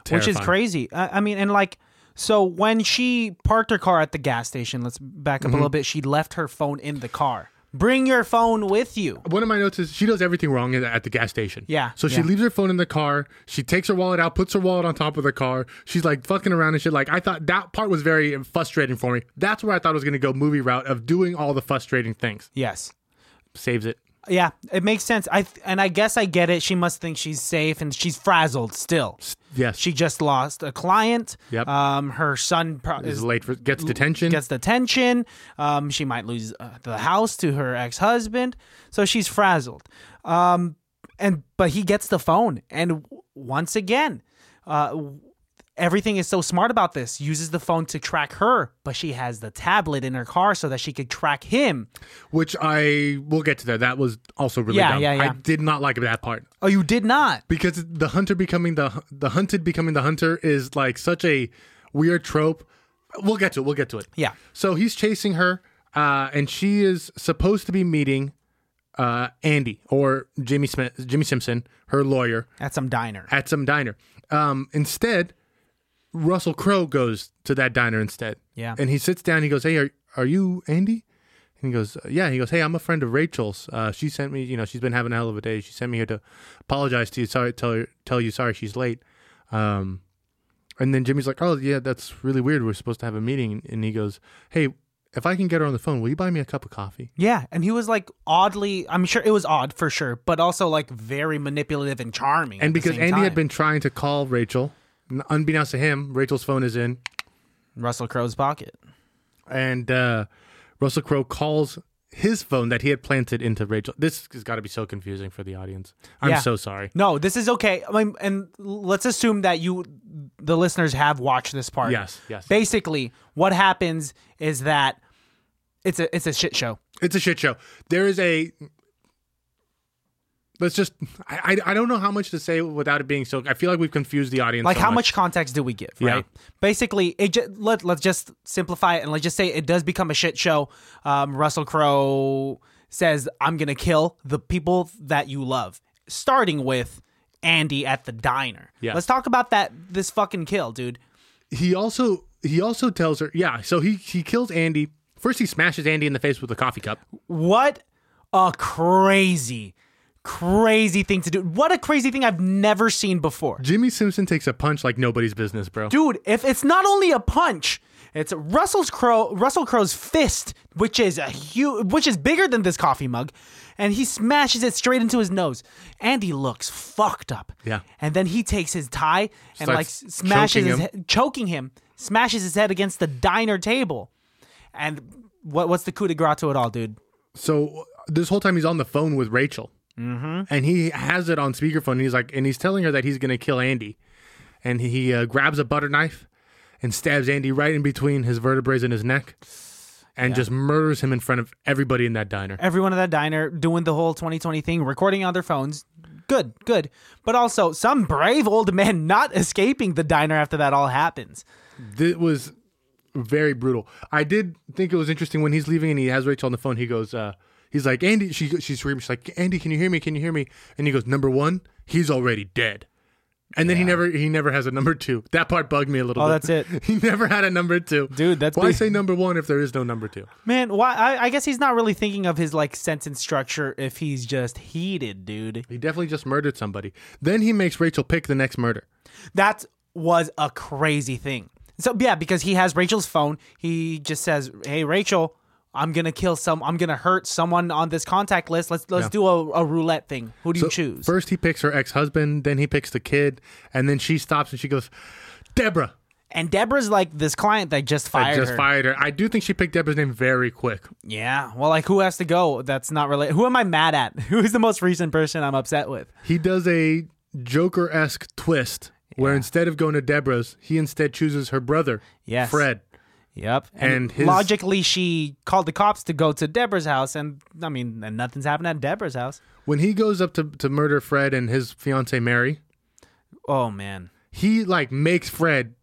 B: Which is
C: terrifying.
B: crazy. I, I mean, and like, so when she parked her car at the gas station, let's back up
C: Mm-hmm.
B: a little bit. She left her phone in the car. Bring your phone with you.
C: One of my notes is she does everything wrong in- at the gas station.
B: Yeah,
C: So she
B: yeah.
C: leaves her phone in the car. She takes her wallet out, puts her wallet on top of the car. She's like fucking around and shit. Like I thought that part was very frustrating for me. That's where I thought I was gonna go movie route of doing all the frustrating things.
B: Yes.
C: Saves it.
B: Yeah, it makes sense. I th- and I guess I get it. She must think she's safe, and she's frazzled still.
C: Yes.
B: She just lost a client.
C: Yep.
B: Um, her son pro-
C: is
B: is
C: late for gets detention.
B: gets the tension. Um, she might lose uh, the house to her ex husband, so she's frazzled. Um, and but he gets the phone, and w- once again, uh, w- everything is so smart about this. Uses the phone to track her, but she has the tablet in her car so that she could track him.
C: which I will get to there. That was also really
B: Yeah,
C: dumb.
B: yeah, yeah.
C: I did not like that part.
B: Oh, you did not.
C: because the hunter becoming the the hunted becoming the hunter is like such a weird trope We'll get to it. We'll get to it.
B: Yeah.
C: So he's chasing her, uh, and she is supposed to be meeting uh, Andy or Jimmy Smith, Jimmy Simpson, her lawyer,
B: At some diner.
C: at some diner. Um, instead, Russell Crowe goes to that diner instead.
B: Yeah.
C: And he sits down. He goes, "Hey, are are you Andy?" And he goes, "Yeah." He goes, "Hey, I'm a friend of Rachel's. Uh, she sent me. You know, she's been having a hell of a day. She sent me here to apologize to you. Sorry, tell her, tell you sorry she's late." Um, and then Jimmy's like, "Oh, yeah, that's really weird. We're supposed to have a meeting." And he goes, "Hey." If I can get her on the phone, will you buy me a cup of coffee?
B: Yeah, and he was like oddly, I'm sure it was odd for sure, but also like very manipulative and charming.
C: And
B: at the
C: because
B: same
C: Andy had
B: time.
C: been trying to call Rachel, n- unbeknownst to him, Rachel's phone is in.
B: Russell Crowe's pocket.
C: and uh, Russell Crowe calls his phone that he had planted into Rachel. This has got to be so confusing for the audience. I'm
B: Yeah.
C: so sorry.
B: No, this is okay. I mean, and let's assume that you, the listeners, have watched this part.
C: Yes, yes.
B: Basically, what happens is that it's a it's a shit show.
C: It's a shit show. There is a. Let's just. I, I I don't know how much to say without it being so. I feel like we've confused the audience.
B: Like
C: so
B: how much context do we give?
C: Yeah.
B: Right. Basically, it ju- let let's just simplify it and let's just say it does become a shit show. Um, Russell Crowe says, "I'm gonna kill the people that you love," starting with Andy at the diner.
C: Yeah.
B: Let's talk about that. This fucking kill, dude.
C: He also he also tells her. Yeah. So he he kills Andy. First, he smashes Andy in the face with a coffee cup.
B: What a crazy, crazy thing to do. What a crazy thing I've never seen before.
C: Jimmy Simpson takes a punch like nobody's business, bro.
B: Dude, if it's not only a punch, it's Russell's Crow Russell Crowe's fist, which is a huge which is bigger than this coffee mug, and he smashes it straight into his nose. Andy looks fucked up.
C: Yeah.
B: And then he takes his tie and like
C: Starts
B: s- smashes
C: choking
B: his
C: him.
B: he- choking him, smashes his head against the diner table. And what what's the coup de grace to it all, dude?
C: so this whole time he's on the phone with Rachel, mm-hmm. and he has it on speakerphone. And he's like, and he's telling her that he's gonna kill Andy, and he uh, grabs a butter knife and stabs Andy right in between his vertebrae and his neck, and just murders him in front of everybody in that diner.
B: everyone at that diner doing the whole 2020 thing, recording on their phones. Good, good. But also, some brave old man not escaping the diner after that all happens.
C: It was very brutal. I did think it was interesting when he's leaving and he has Rachel on the phone. He goes, uh, he's like, Andy, she she screams, she's like, Andy, can you hear me? Can you hear me? And he goes, number one, he's already dead. And then he never he never has a number two. That part bugged me a little.
B: Oh,
C: bit.
B: that's it.
C: he never had a number two,
B: Dude, that's
C: why
B: big.
C: say number one if there is no number two.
B: Man, why? I, I guess he's not really thinking of his like sentence structure if he's just heated, dude.
C: He definitely just murdered somebody. Then he makes Rachel pick the next murder.
B: That was a crazy thing. So yeah, because he has Rachel's phone, he just says, "Hey Rachel, I'm gonna kill some. I'm gonna hurt someone on this contact list. Let's let's do a, a roulette thing. Who do you choose?"
C: First, he picks her ex husband. Then he picks the kid, and then she stops and she goes, Deborah.
B: and Deborah's like this client that just
C: I
B: fired
C: just
B: her.
C: fired her. I do think she picked Deborah's name very quick.
B: Yeah. Well, like who has to go? That's not really. Who am I mad at? Who's the most recent person I'm upset with?
C: He does a Joker esque twist where instead of going to Deborah's, he instead chooses her brother,
B: Yes.
C: Fred.
B: Yep.
C: And his-
B: logically, she called the cops to go to Deborah's house, and I mean, and nothing's happened at Deborah's house.
C: When he goes up to, to murder Fred and his fiancee Mary,
B: Oh man.
C: he like makes Fred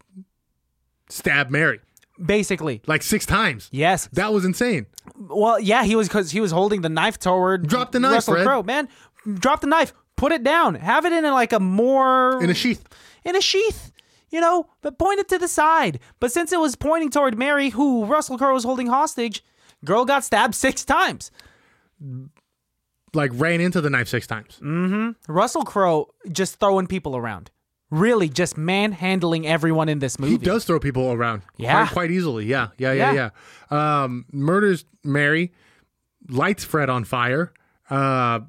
C: stab Mary
B: Basically,
C: like six times.
B: yes.
C: That was insane.
B: Well, yeah, he was because he was holding the knife toward.
C: Drop the knife,
B: Russell
C: Fred.
B: Crowe, man. Drop the knife. Put it down. Have it in a, like a more
C: In a sheath.
B: in a sheath, you know, but pointed to the side. But since it was pointing toward Mary, who Russell Crowe was holding hostage, girl got stabbed six times.
C: Like ran into the knife six times.
B: Russell Crowe just throwing people around. Really just manhandling everyone in this movie.
C: He does throw people around.
B: Yeah.
C: Quite, quite easily. Yeah. Yeah. Yeah. Yeah. Um, murders Mary, lights Fred on fire. Uh,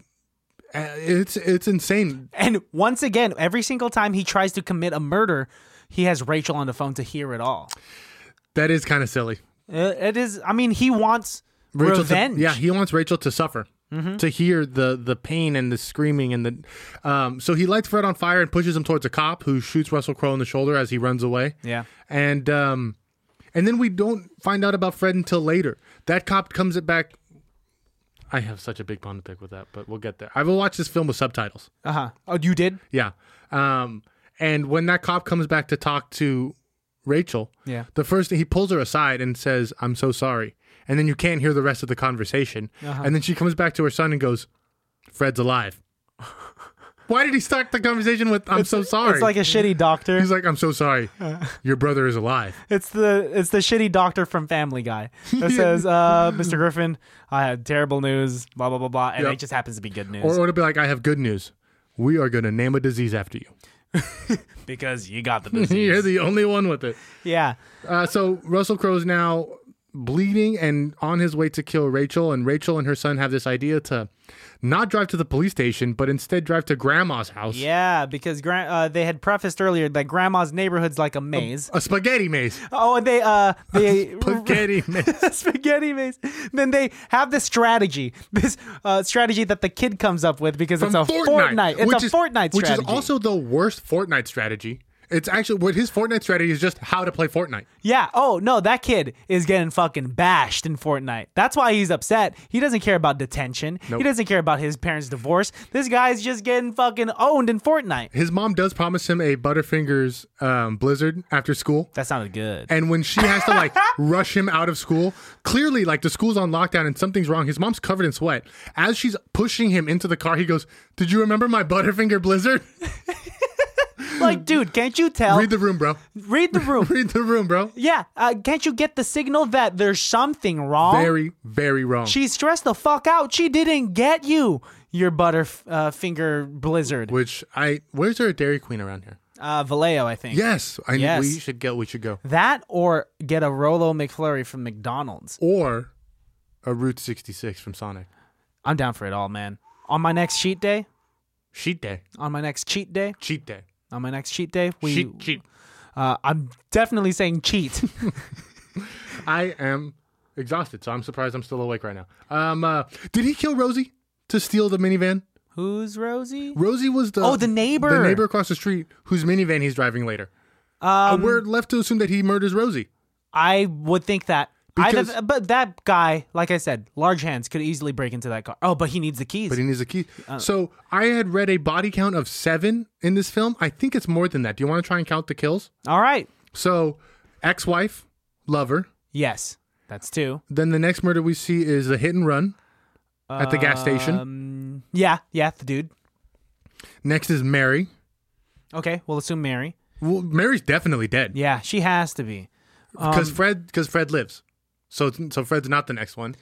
C: it's it's insane.
B: And once again, every single time he tries to commit a murder, he has Rachel on the phone to hear it all.
C: That is kind of silly.
B: Uh, It is, I mean, he wants
C: Rachel to-
B: revenge. Mm-hmm.
C: yeah, he wants Rachel to suffer, to hear the the pain and the screaming and the. Um, so he lights Fred on fire and pushes him towards a cop who shoots Russell Crowe in the shoulder as he runs away.
B: Yeah.
C: and um, and then we don't find out about Fred until later. That cop comes it back. I have such a big bone to pick with that, but we'll get there. I will watch this film with subtitles.
B: Uh huh. Oh, you did?
C: Yeah. Um, and when that cop comes back to talk to Rachel.
B: Yeah.
C: The first he pulls her aside and says, "I'm so sorry," and then you can't hear the rest of the conversation.
B: Uh-huh.
C: And then she comes back to her son and goes, "Fred's alive." Why did he start the conversation with "I'm so sorry"?
B: It's like Uh. a shitty doctor.
C: He's like, I'm so sorry. Your brother is alive.
B: It's the it's the shitty doctor from Family Guy that says, uh, "Mr. Griffin, I had terrible news, blah blah blah blah," and
C: Yep.
B: it just happens to be good news
C: Or it would be like, I have good news. We are going to name a disease after you.
B: because you got the
C: You're
B: disease.
C: the only one with it.
B: yeah,
C: Uh, so Russell Crowe's now bleeding and on his way to kill Rachel. And Rachel and her son have this idea to not drive to the police station, but instead drive to grandma's house.
B: yeah, because gran- uh, they had prefaced earlier that Grandma's neighborhood's like a maze.
C: A spaghetti maze.
B: oh, and they uh they
C: Spaghetti maze.
B: spaghetti maze. Then they have this strategy, this uh, strategy that the kid comes up with because
C: From
B: it's a Fortnite. It's
C: which
B: a
C: is,
B: Fortnite strategy.
C: Which is also the worst Fortnite strategy. It's actually what his Fortnite strategy is just how to play Fortnite.
B: Yeah. Oh no, that kid is getting fucking bashed in Fortnite. That's why he's upset. He doesn't care about detention. He doesn't care about his parents' divorce. This guy's just getting fucking owned in Fortnite.
C: His mom does promise him a Butterfingers um, Blizzard after school.
B: That sounded good.
C: And when she has to like rush him out of school, clearly like the school's on lockdown and something's wrong. His mom's covered in sweat. As she's pushing him into the car, he goes, "Did you remember my Butterfinger Blizzard?
B: like, dude, can't you tell?
C: Read the room, bro.
B: Read the room.
C: Read the room, bro.
B: yeah. Uh, can't you get the signal that there's something wrong?
C: Very, very wrong.
B: she stressed the fuck out. She didn't get you. Your butterfinger uh, finger blizzard.
C: Which I where's there a Dairy Queen around here?
B: Uh, Vallejo, I think.
C: Yes, I
B: Yes.
C: we should go. We should go.
B: That or get a Rolo McFlurry from McDonald's.
C: Or a Route 66 from Sonic.
B: I'm down for it all, man. On my next cheat day,
C: Cheat day.
B: on my next cheat day,
C: Cheat day.
B: on my next cheat day, we
C: Cheat cheat.
B: uh, I'm definitely saying cheat.
C: I am exhausted, so I'm surprised I'm still awake right now. Um, uh, did he kill Rosie to steal the minivan?
B: Who's Rosie?
C: Rosie was the
B: Oh, the neighbor.
C: the neighbor across the street whose minivan he's driving later. Uh,
B: Um,
C: we're left to assume that he murders Rosie.
B: I would think that.
C: Because-
B: Either, but that guy, like I said, large hands could easily break into that car. Oh, but he needs the keys.
C: But he needs a key.
B: Uh.
C: so I had read a body count of seven in this film. I think it's more than that. Do you want to try and count the kills?
B: all right.
C: So, ex-wife, lover.
B: Yes, that's two.
C: Then the next murder we see is the hit and run at the gas station.
B: Um, yeah, yeah, the dude.
C: Next is Mary.
B: Okay, we'll assume Mary.
C: Well, Mary's definitely dead.
B: Yeah, um, she has to be.
C: because Fred because Fred lives. So so Fred's not the next one.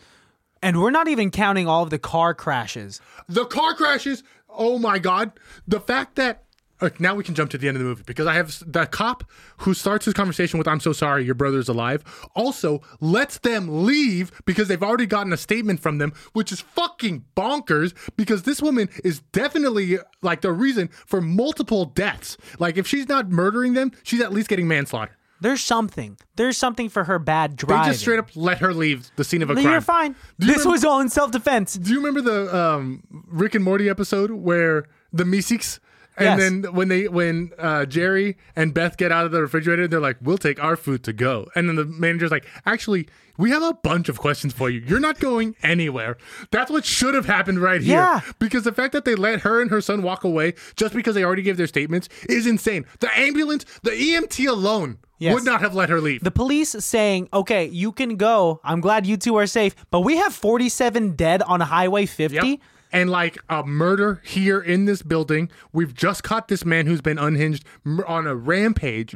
B: And we're not even counting all of the car crashes.
C: The car crashes. Oh my god! The fact that uh, now we can jump to the end of the movie because I have s- the cop who starts his conversation with "I'm so sorry, your brother's alive." Also, lets them leave because they've already gotten a statement from them, which is fucking bonkers. Because this woman is definitely like the reason for multiple deaths. Like if she's not murdering them, she's at least getting manslaughter.
B: There's something. There's something for her bad
C: They
B: driving.
C: just straight up let her leave the scene of a crime.
B: You're fine.
C: you
B: This
C: remember-
B: was all in self defense.
C: Do you remember the um, Rick and Morty episode where the Meeseeks and
B: Yes.
C: then when they when uh, Jerry and Beth get out of the refrigerator, they're like, "We'll take our food to go," and then the manager's like, "Actually, we have a bunch of questions for you. You're not going anywhere." That's what should have happened right here,
B: Yeah.
C: because the fact that they let her and her son walk away just because they already gave their statements is insane. The ambulance, the EMT alone
B: Yes.
C: would not have let her leave.
B: The police saying, okay, you can go. I'm glad you two are safe, but we have 47 dead on Highway 50.
C: Yep. And like a murder here in this building. We've just caught this man who's been unhinged m- on a rampage.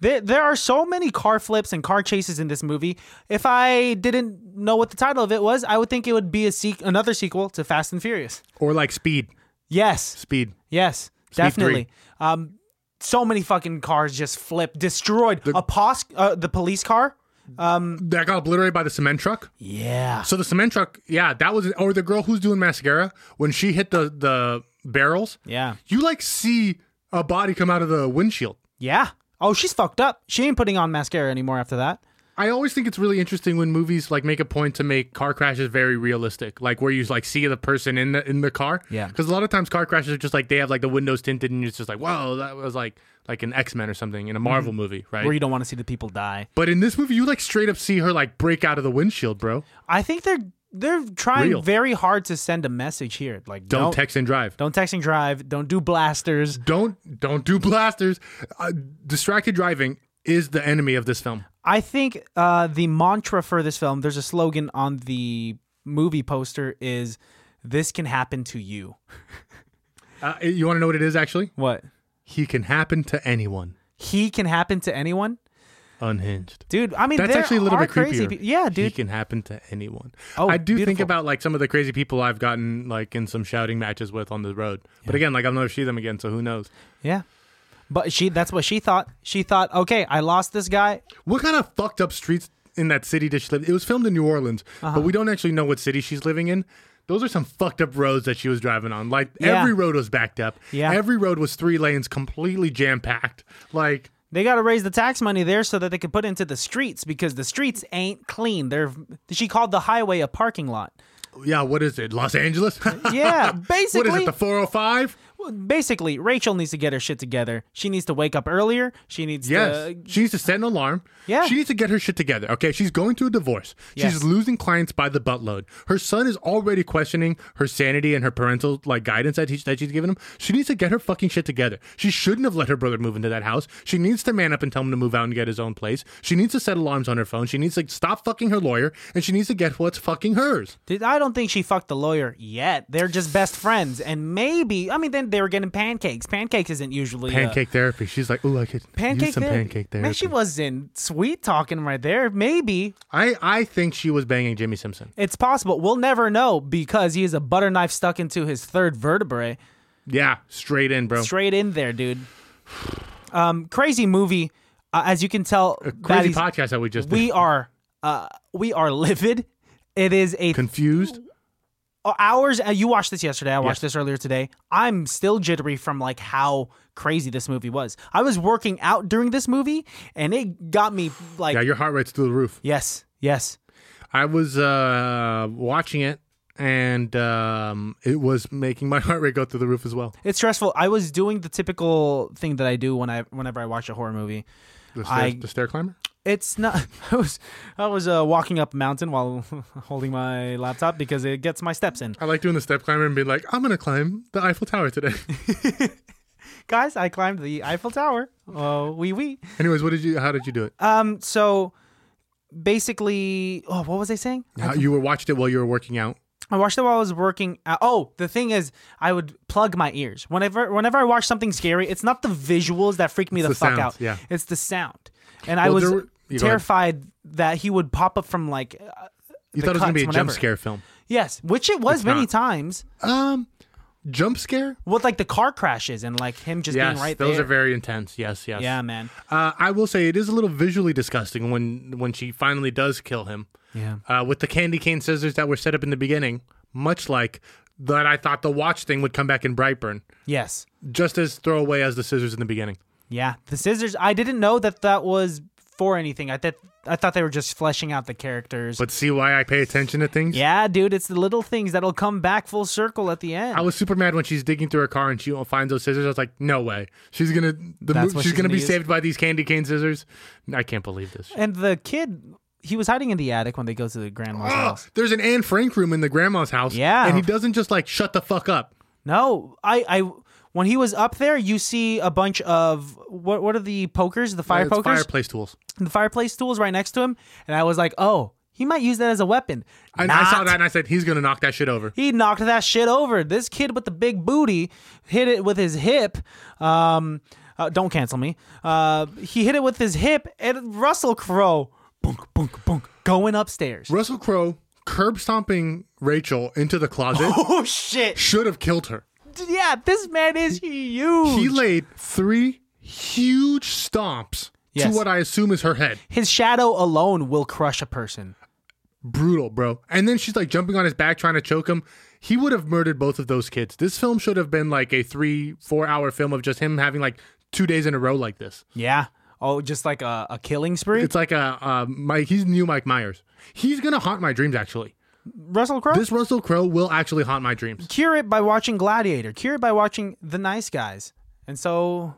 B: There, there are so many car flips and car chases in this movie. If I didn't know what the title of it was, I would think it would be a sequ- another sequel to Fast and Furious.
C: Or like speed.
B: Yes,
C: Speed.
B: yes, definitely. Um, so many fucking cars just flipped, destroyed. a pos- uh, the police car.
C: That got obliterated by the cement truck.
B: Yeah.
C: So the cement truck, yeah, that was or the girl who's doing mascara, when she hit the the barrels,
B: Yeah.
C: you like see a body come out of the windshield.
B: Yeah. Oh, she's fucked up. She ain't putting on mascara anymore after that.
C: I always think it's really interesting when movies like make a point to make car crashes very realistic, like where you like see the person in the in the car.
B: Yeah.
C: Because a lot of times car crashes are just like they have like the windows tinted, and it's just like, whoa, that was like like an X Men or something in a Marvel movie, right?
B: Mm-hmm. Where you don't want to see the people die.
C: but in this movie, you like straight up see her like break out of the windshield, bro.
B: I think they're they're trying
C: Real.
B: very hard to send a message here. Like
C: Don't text and drive.
B: don't text and drive. Don't do blasters.
C: Don't don't do blasters. Uh, distracted driving is the enemy of this film.
B: I think uh, the mantra for this film, there's a slogan on the movie poster, is "This can happen to you."
C: Uh, you want to know what it is actually?
B: What?
C: He can happen to anyone.
B: He can happen to anyone,
C: Unhinged.
B: dude. I mean,
C: That's
B: there
C: actually a little
B: are
C: bit
B: crazy
C: creepier.
B: pe- yeah,
C: He
B: dude.
C: can happen to anyone.
B: Oh,
C: I do think
B: beautiful.
C: about like some of the crazy people I've gotten like in some shouting matches with on the road. But again, like I'll never see them again, so who knows?
B: yeah, but she—that's what she thought. She thought, okay, I lost this guy.
C: What kind of fucked up streets in that city does she live? It was filmed in New Orleans,
B: Uh-huh.
C: but we don't actually know what city she's living in. Those are some fucked up roads that she was driving on. Like
B: Yeah.
C: every road was backed up.
B: Yeah.
C: Every road was three lanes, completely jam packed. Like
B: They got to raise the tax money there so that they could put into the streets because the streets ain't clean. They're she called the highway a parking lot.
C: yeah, what is it? Los Angeles?
B: Yeah,
C: what is
B: basically,
C: it? The 405?
B: basically, Rachel needs to get her shit together. She needs to wake up earlier. She needs
C: Yes.
B: to
C: she needs to set an alarm.
B: Yeah.
C: She needs to get her shit together. Okay. She's going through a divorce.
B: Yes.
C: She's losing clients by the buttload. Her son is already questioning her sanity and her parental like guidance that, he, that she's given him. She needs to get her fucking shit together. She shouldn't have let her brother move into that house. She needs to man up and tell him to move out and get his own place. She needs to set alarms on her phone. She needs to stop fucking her lawyer and she needs to get what's fucking hers.
B: Dude, I don't think she fucked the lawyer yet. They're just best friends, and maybe I mean then they were getting pancakes. Pancakes isn't usually uh,
C: Pancake therapy. She's like, oh, I could
B: pancake
C: use some
B: therapy.
C: pancake therapy.
B: Man, she wasn't sweet talking right there. Maybe
C: I, I think she was banging Jimmy Simpson.
B: it's possible. We'll never know because he is a butter knife stuck into his third vertebrae,
C: Yeah. Straight in, bro.
B: straight in there, dude. Um, crazy movie. Uh, as you can tell,
C: Crazy
B: baddies,
C: podcast that we just did.
B: we are uh, we are livid. It is a
C: confused.
B: Oh, hours uh, you watched this yesterday i watched this earlier today i'm still jittery from like how crazy this movie was i was working out during this movie and it got me like
C: Yeah, your heart rate's through the roof.
B: yes yes
C: I was uh, watching it, and um, it was making my heart rate go through the roof as well.
B: it's stressful i was doing the typical thing that i do when i whenever i watch a horror movie
C: The stair,
B: I-
C: the stair climber.
B: it's not i was i was uh, walking up a mountain while holding my laptop because it gets my steps in
C: I like doing the step climber and being like, I'm gonna climb the Eiffel Tower today.
B: guys i climbed the eiffel tower oh wee wee
C: Anyways, what did you? How did you do it?
B: um so basically oh what was i saying
C: How- you were watched it while you were working out.
B: I watched it while I was working. Out. Oh, the thing is, I would plug my ears whenever whenever I watch something scary. It's not the visuals that freak me the,
C: the
B: fuck
C: sound,
B: out.
C: yeah.
B: it's the sound. And I
C: Well,
B: was
C: there were- you go ahead.
B: terrified that he would pop up from like uh,
C: You
B: The
C: thought it was gonna
B: cuts
C: be a jump
B: whenever.
C: scare film.
B: yes, which it was many
C: not.
B: times
C: Um, jump scare.
B: with like the car crashes and like him just
C: Yes,
B: being right
C: those
B: there.
C: are very intense. Yes, yes.
B: yeah, man.
C: Uh, I will say it is a little visually disgusting when when she finally does kill him.
B: Yeah.
C: uh, with the candy cane scissors that were set up in the beginning, much like that I thought the watch thing would come back in Brightburn,
B: Yes.
C: just as throwaway as the scissors in the beginning.
B: Yeah. The scissors. I didn't know that that was for anything. I thought I thought they were just fleshing out the characters.
C: But see why I pay attention to things?
B: yeah, dude, it's the little things that'll come back full circle at the end.
C: I was super mad when she's digging through her car and she finds those scissors. I was like, no way. She's gonna the mo-
B: That's
C: she's,
B: what she's
C: gonna,
B: gonna
C: be
B: use?
C: saved by these candy cane scissors. I can't believe this.
B: And the kid, he was hiding in the attic when they go to the grandma's
C: Oh,
B: house.
C: there's an Anne Frank room in the grandma's house.
B: Yeah.
C: And he doesn't just like shut the fuck up.
B: No, I, I, when he was up there, you see a bunch of what? What are the pokers? The fire
C: It's
B: pokers,
C: fireplace tools.
B: the fireplace tools right next to him. And I was like, oh, he might use that as a weapon.
C: And I
B: Not.
C: saw that and I said, he's gonna knock that shit over.
B: He knocked that shit over. This kid with the big booty hit it with his hip. Um, uh, don't cancel me. Uh, he hit it with his hip, and Russell Crowe, bunk, bunk, bunk, going upstairs.
C: Russell Crowe curb stomping Rachel into the closet
B: Oh shit!
C: should have killed her.
B: Yeah, this man is huge.
C: He laid three huge stomps
B: Yes.
C: to what I assume is her head.
B: His shadow alone will crush a person.
C: Brutal, bro. And then she's like jumping on his back trying to choke him. He would have murdered both of those kids. This film should have been like a three, four hour film of just him having like two days in a row like this.
B: Yeah. Oh, just like a, a killing spree.
C: It's like a uh, Mike. He's new Mike Myers. He's gonna haunt my dreams. Actually,
B: Russell Crowe.
C: this Russell Crowe will actually haunt my dreams.
B: Cure it by watching Gladiator. Cure it by watching The Nice Guys. And so,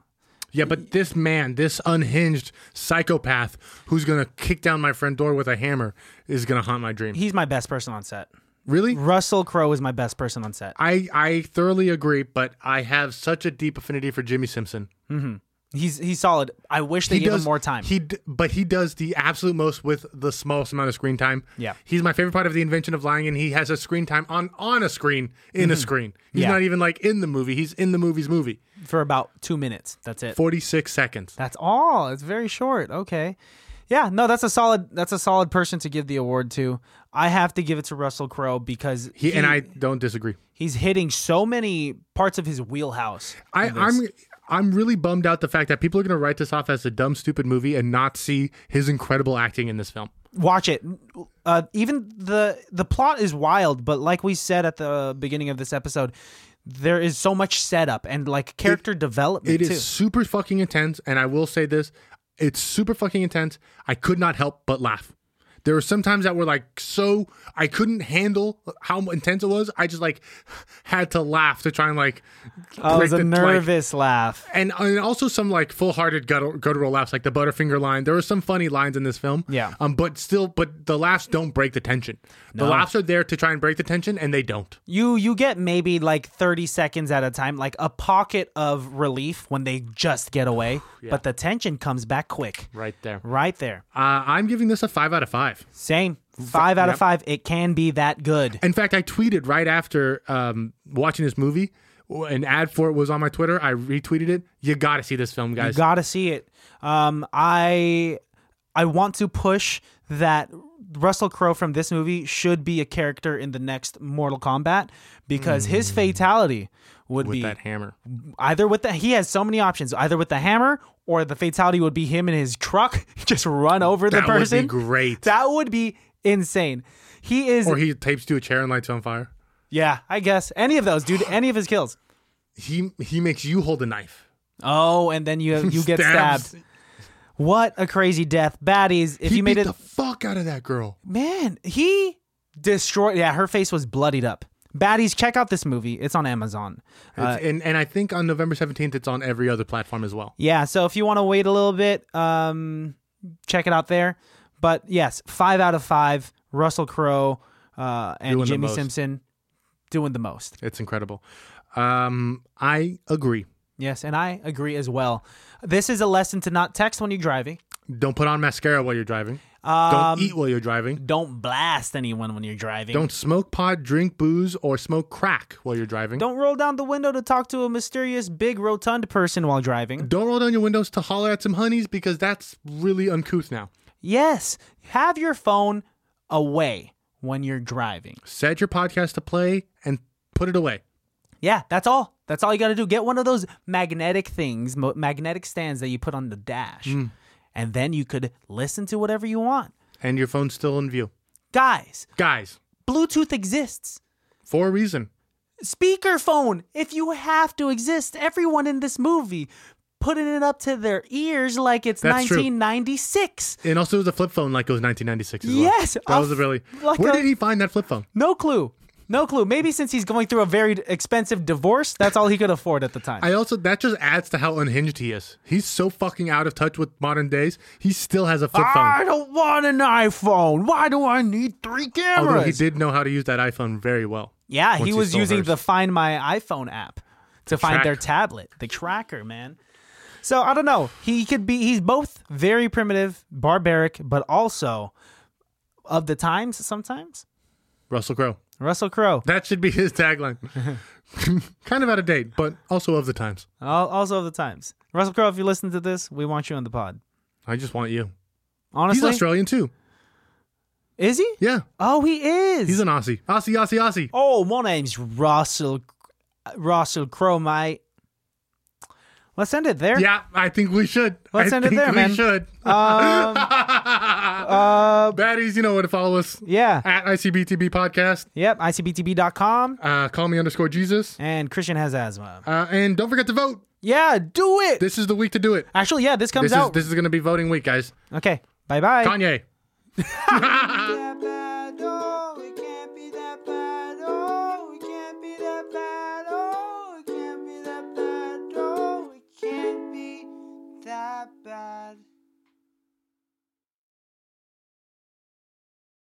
C: Yeah, but this man, this unhinged psychopath who's gonna kick down my front door with a hammer, is gonna haunt my dreams.
B: he's my best person on set.
C: Really?
B: Russell Crowe is my best person on set.
C: I I thoroughly agree, but I have such a deep affinity for Jimmy Simpson. Mm-hmm.
B: He's he's solid. I wish they gave him more time.
C: He, d- but he does the absolute most with the smallest amount of screen time.
B: Yeah.
C: he's my favorite part of the invention of lying, and he has a screen time on on a screen in a screen. He's
B: Mm-hmm. Yeah.
C: not even like in the movie. He's in the movie's movie.
B: for about two minutes. That's it.
C: Forty six seconds.
B: That's all. It's very short. Okay. Yeah, no, that's a solid that's a solid person to give the award to. I have to give it to Russell Crowe because
C: He, and I don't disagree.
B: he's hitting so many parts of his wheelhouse.
C: I,
B: in this.
C: I'm I'm really bummed out the fact that people are going to write this off as a dumb, stupid movie and not see his incredible acting in this film.
B: watch it. Uh, even the the plot is wild, but like we said at the beginning of this episode, there is so much setup and like character development
C: It is
B: too.
C: super fucking intense, and I will say this: it's super fucking intense. I could not help but laugh. There were some times that were like so I couldn't handle how intense it was. I just like had to laugh to try and like.
B: oh, it was
C: break
B: a
C: the- like-
B: nervous laugh.
C: and, and also some like full-hearted guttural, guttural laughs, like the Butterfinger line. There were some funny lines in this film.
B: Yeah.
C: Um. But still, but the laughs don't break the tension. The laughs are there to try and break the tension, and they don't.
B: You you get maybe like thirty seconds at a time, like a pocket of relief when they just get away, but the tension comes back quick.
C: Right there.
B: Right there.
C: Uh, I'm giving this a five out of five.
B: Same. Five out of
C: yep.
B: five. It can be that good.
C: In fact, I tweeted right after um, watching this movie. An ad for it was on my Twitter. I retweeted it. You got to see this film, guys.
B: Got to see it. Um, I I want to push that Russell Crowe from this movie should be a character in the next Mortal Kombat because his fatality would be
C: Hmm. that hammer.
B: either with the he has so many options either with the hammer or the fatality would be him in his truck just run over the
C: That would
B: person.
C: be great.
B: That would be insane. He is
C: or he tapes to a chair and lights it on fire.
B: yeah, I guess any of those, dude. Any of his kills.
C: He he makes you hold a knife.
B: Oh, and then you you get
C: Stabs.
B: stabbed. What a crazy death, baddies! If
C: He
B: you made
C: beat
B: it,
C: the fuck out of that girl.
B: man, he destroyed. Yeah, her face was bloodied up. Baddies, check out this movie. It's on Amazon. Uh,
C: It's- and and I think on November seventeenth, it's on every other platform as well.
B: yeah, so if you want to wait a little bit, um, check it out there. But yes, five out of five. Russell Crowe uh, and
C: Doing the
B: Jimmy
C: most.
B: Simpson doing the most.
C: It's incredible. Um, I agree.
B: Yes, and I agree as well. This is a lesson to not text when you're driving.
C: Don't put on mascara while you're driving.
B: Um,
C: Don't eat while you're driving.
B: Don't blast anyone when you're driving.
C: Don't smoke pot, drink booze, or smoke crack while you're driving.
B: Don't roll down the window to talk to a mysterious big rotund person while driving.
C: Don't roll down your windows to holler at some honeys because that's really uncouth now.
B: Yes, have your phone away when you're driving.
C: Set your podcast to play and put it away.
B: Yeah, that's all. That's all you got to do. Get one of those magnetic things, mo- magnetic stands that you put on the dash.
C: Mm.
B: And then you could listen to whatever you want.
C: And your phone's still in view.
B: Guys,
C: Guys,
B: Bluetooth exists.
C: for a reason.
B: Speakerphone, if you have to exist, everyone in this movie putting it up to their ears like it's
C: That's true.
B: 1996.
C: And also, it was a flip phone like it was 1996 as well.
B: Yes,
C: That
B: a
C: was a
B: f-
C: really.
B: like
C: where
B: a-
C: did he find that flip phone?
B: No clue. No clue. Maybe since he's going through a very expensive divorce, that's all he could afford at the time.
C: I also, that just adds to how unhinged he is. He's so fucking out of touch with modern days. He still has a flip phone.
B: don't want an iPhone. Why do I need three
C: Although
B: cameras?
C: he did know how to use that iPhone very well.
B: yeah,
C: Once
B: he
C: he
B: was
C: stole
B: using
C: hers.
B: the Find My iPhone app to find their
C: tracker.
B: tablet, the tracker, man. So I don't know. He could be. He's both very primitive, barbaric, but also of the times. Sometimes
C: Russell Crowe.
B: Russell Crowe,
C: That should be his tagline. kind of out of date, but also of the times.
B: al- also of the times. Russell Crowe, if you listen to this, we want you on the pod.
C: I just want you. He's
B: Honestly,
C: Australian too.
B: is he?
C: Yeah.
B: Oh, he is.
C: He's an Aussie. Aussie, Aussie, Aussie.
B: Oh, my name's Russell Russell Crowe, mate. Let's end it there.
C: Yeah, I think we should.
B: Let's
C: I
B: end it
C: think
B: there,
C: we
B: man.
C: should.
B: Um, uh,
C: Baddies, you know where to follow us
B: yeah.
C: at ICBTB Podcast.
B: Yep. ICBTB.com.
C: Uh, call me underscore Jesus.
B: And Christian has asthma.
C: Uh, and don't forget to vote.
B: Yeah, do it.
C: This is the week to do it.
B: Actually, yeah, this comes
C: This is
B: out.
C: this is going to be voting week, guys.
B: okay. Bye bye.
C: Kanye.
A: that bad, oh, it can't be that bad, oh, it can't be that bad, oh, it can't be that bad, oh, it can't be that bad.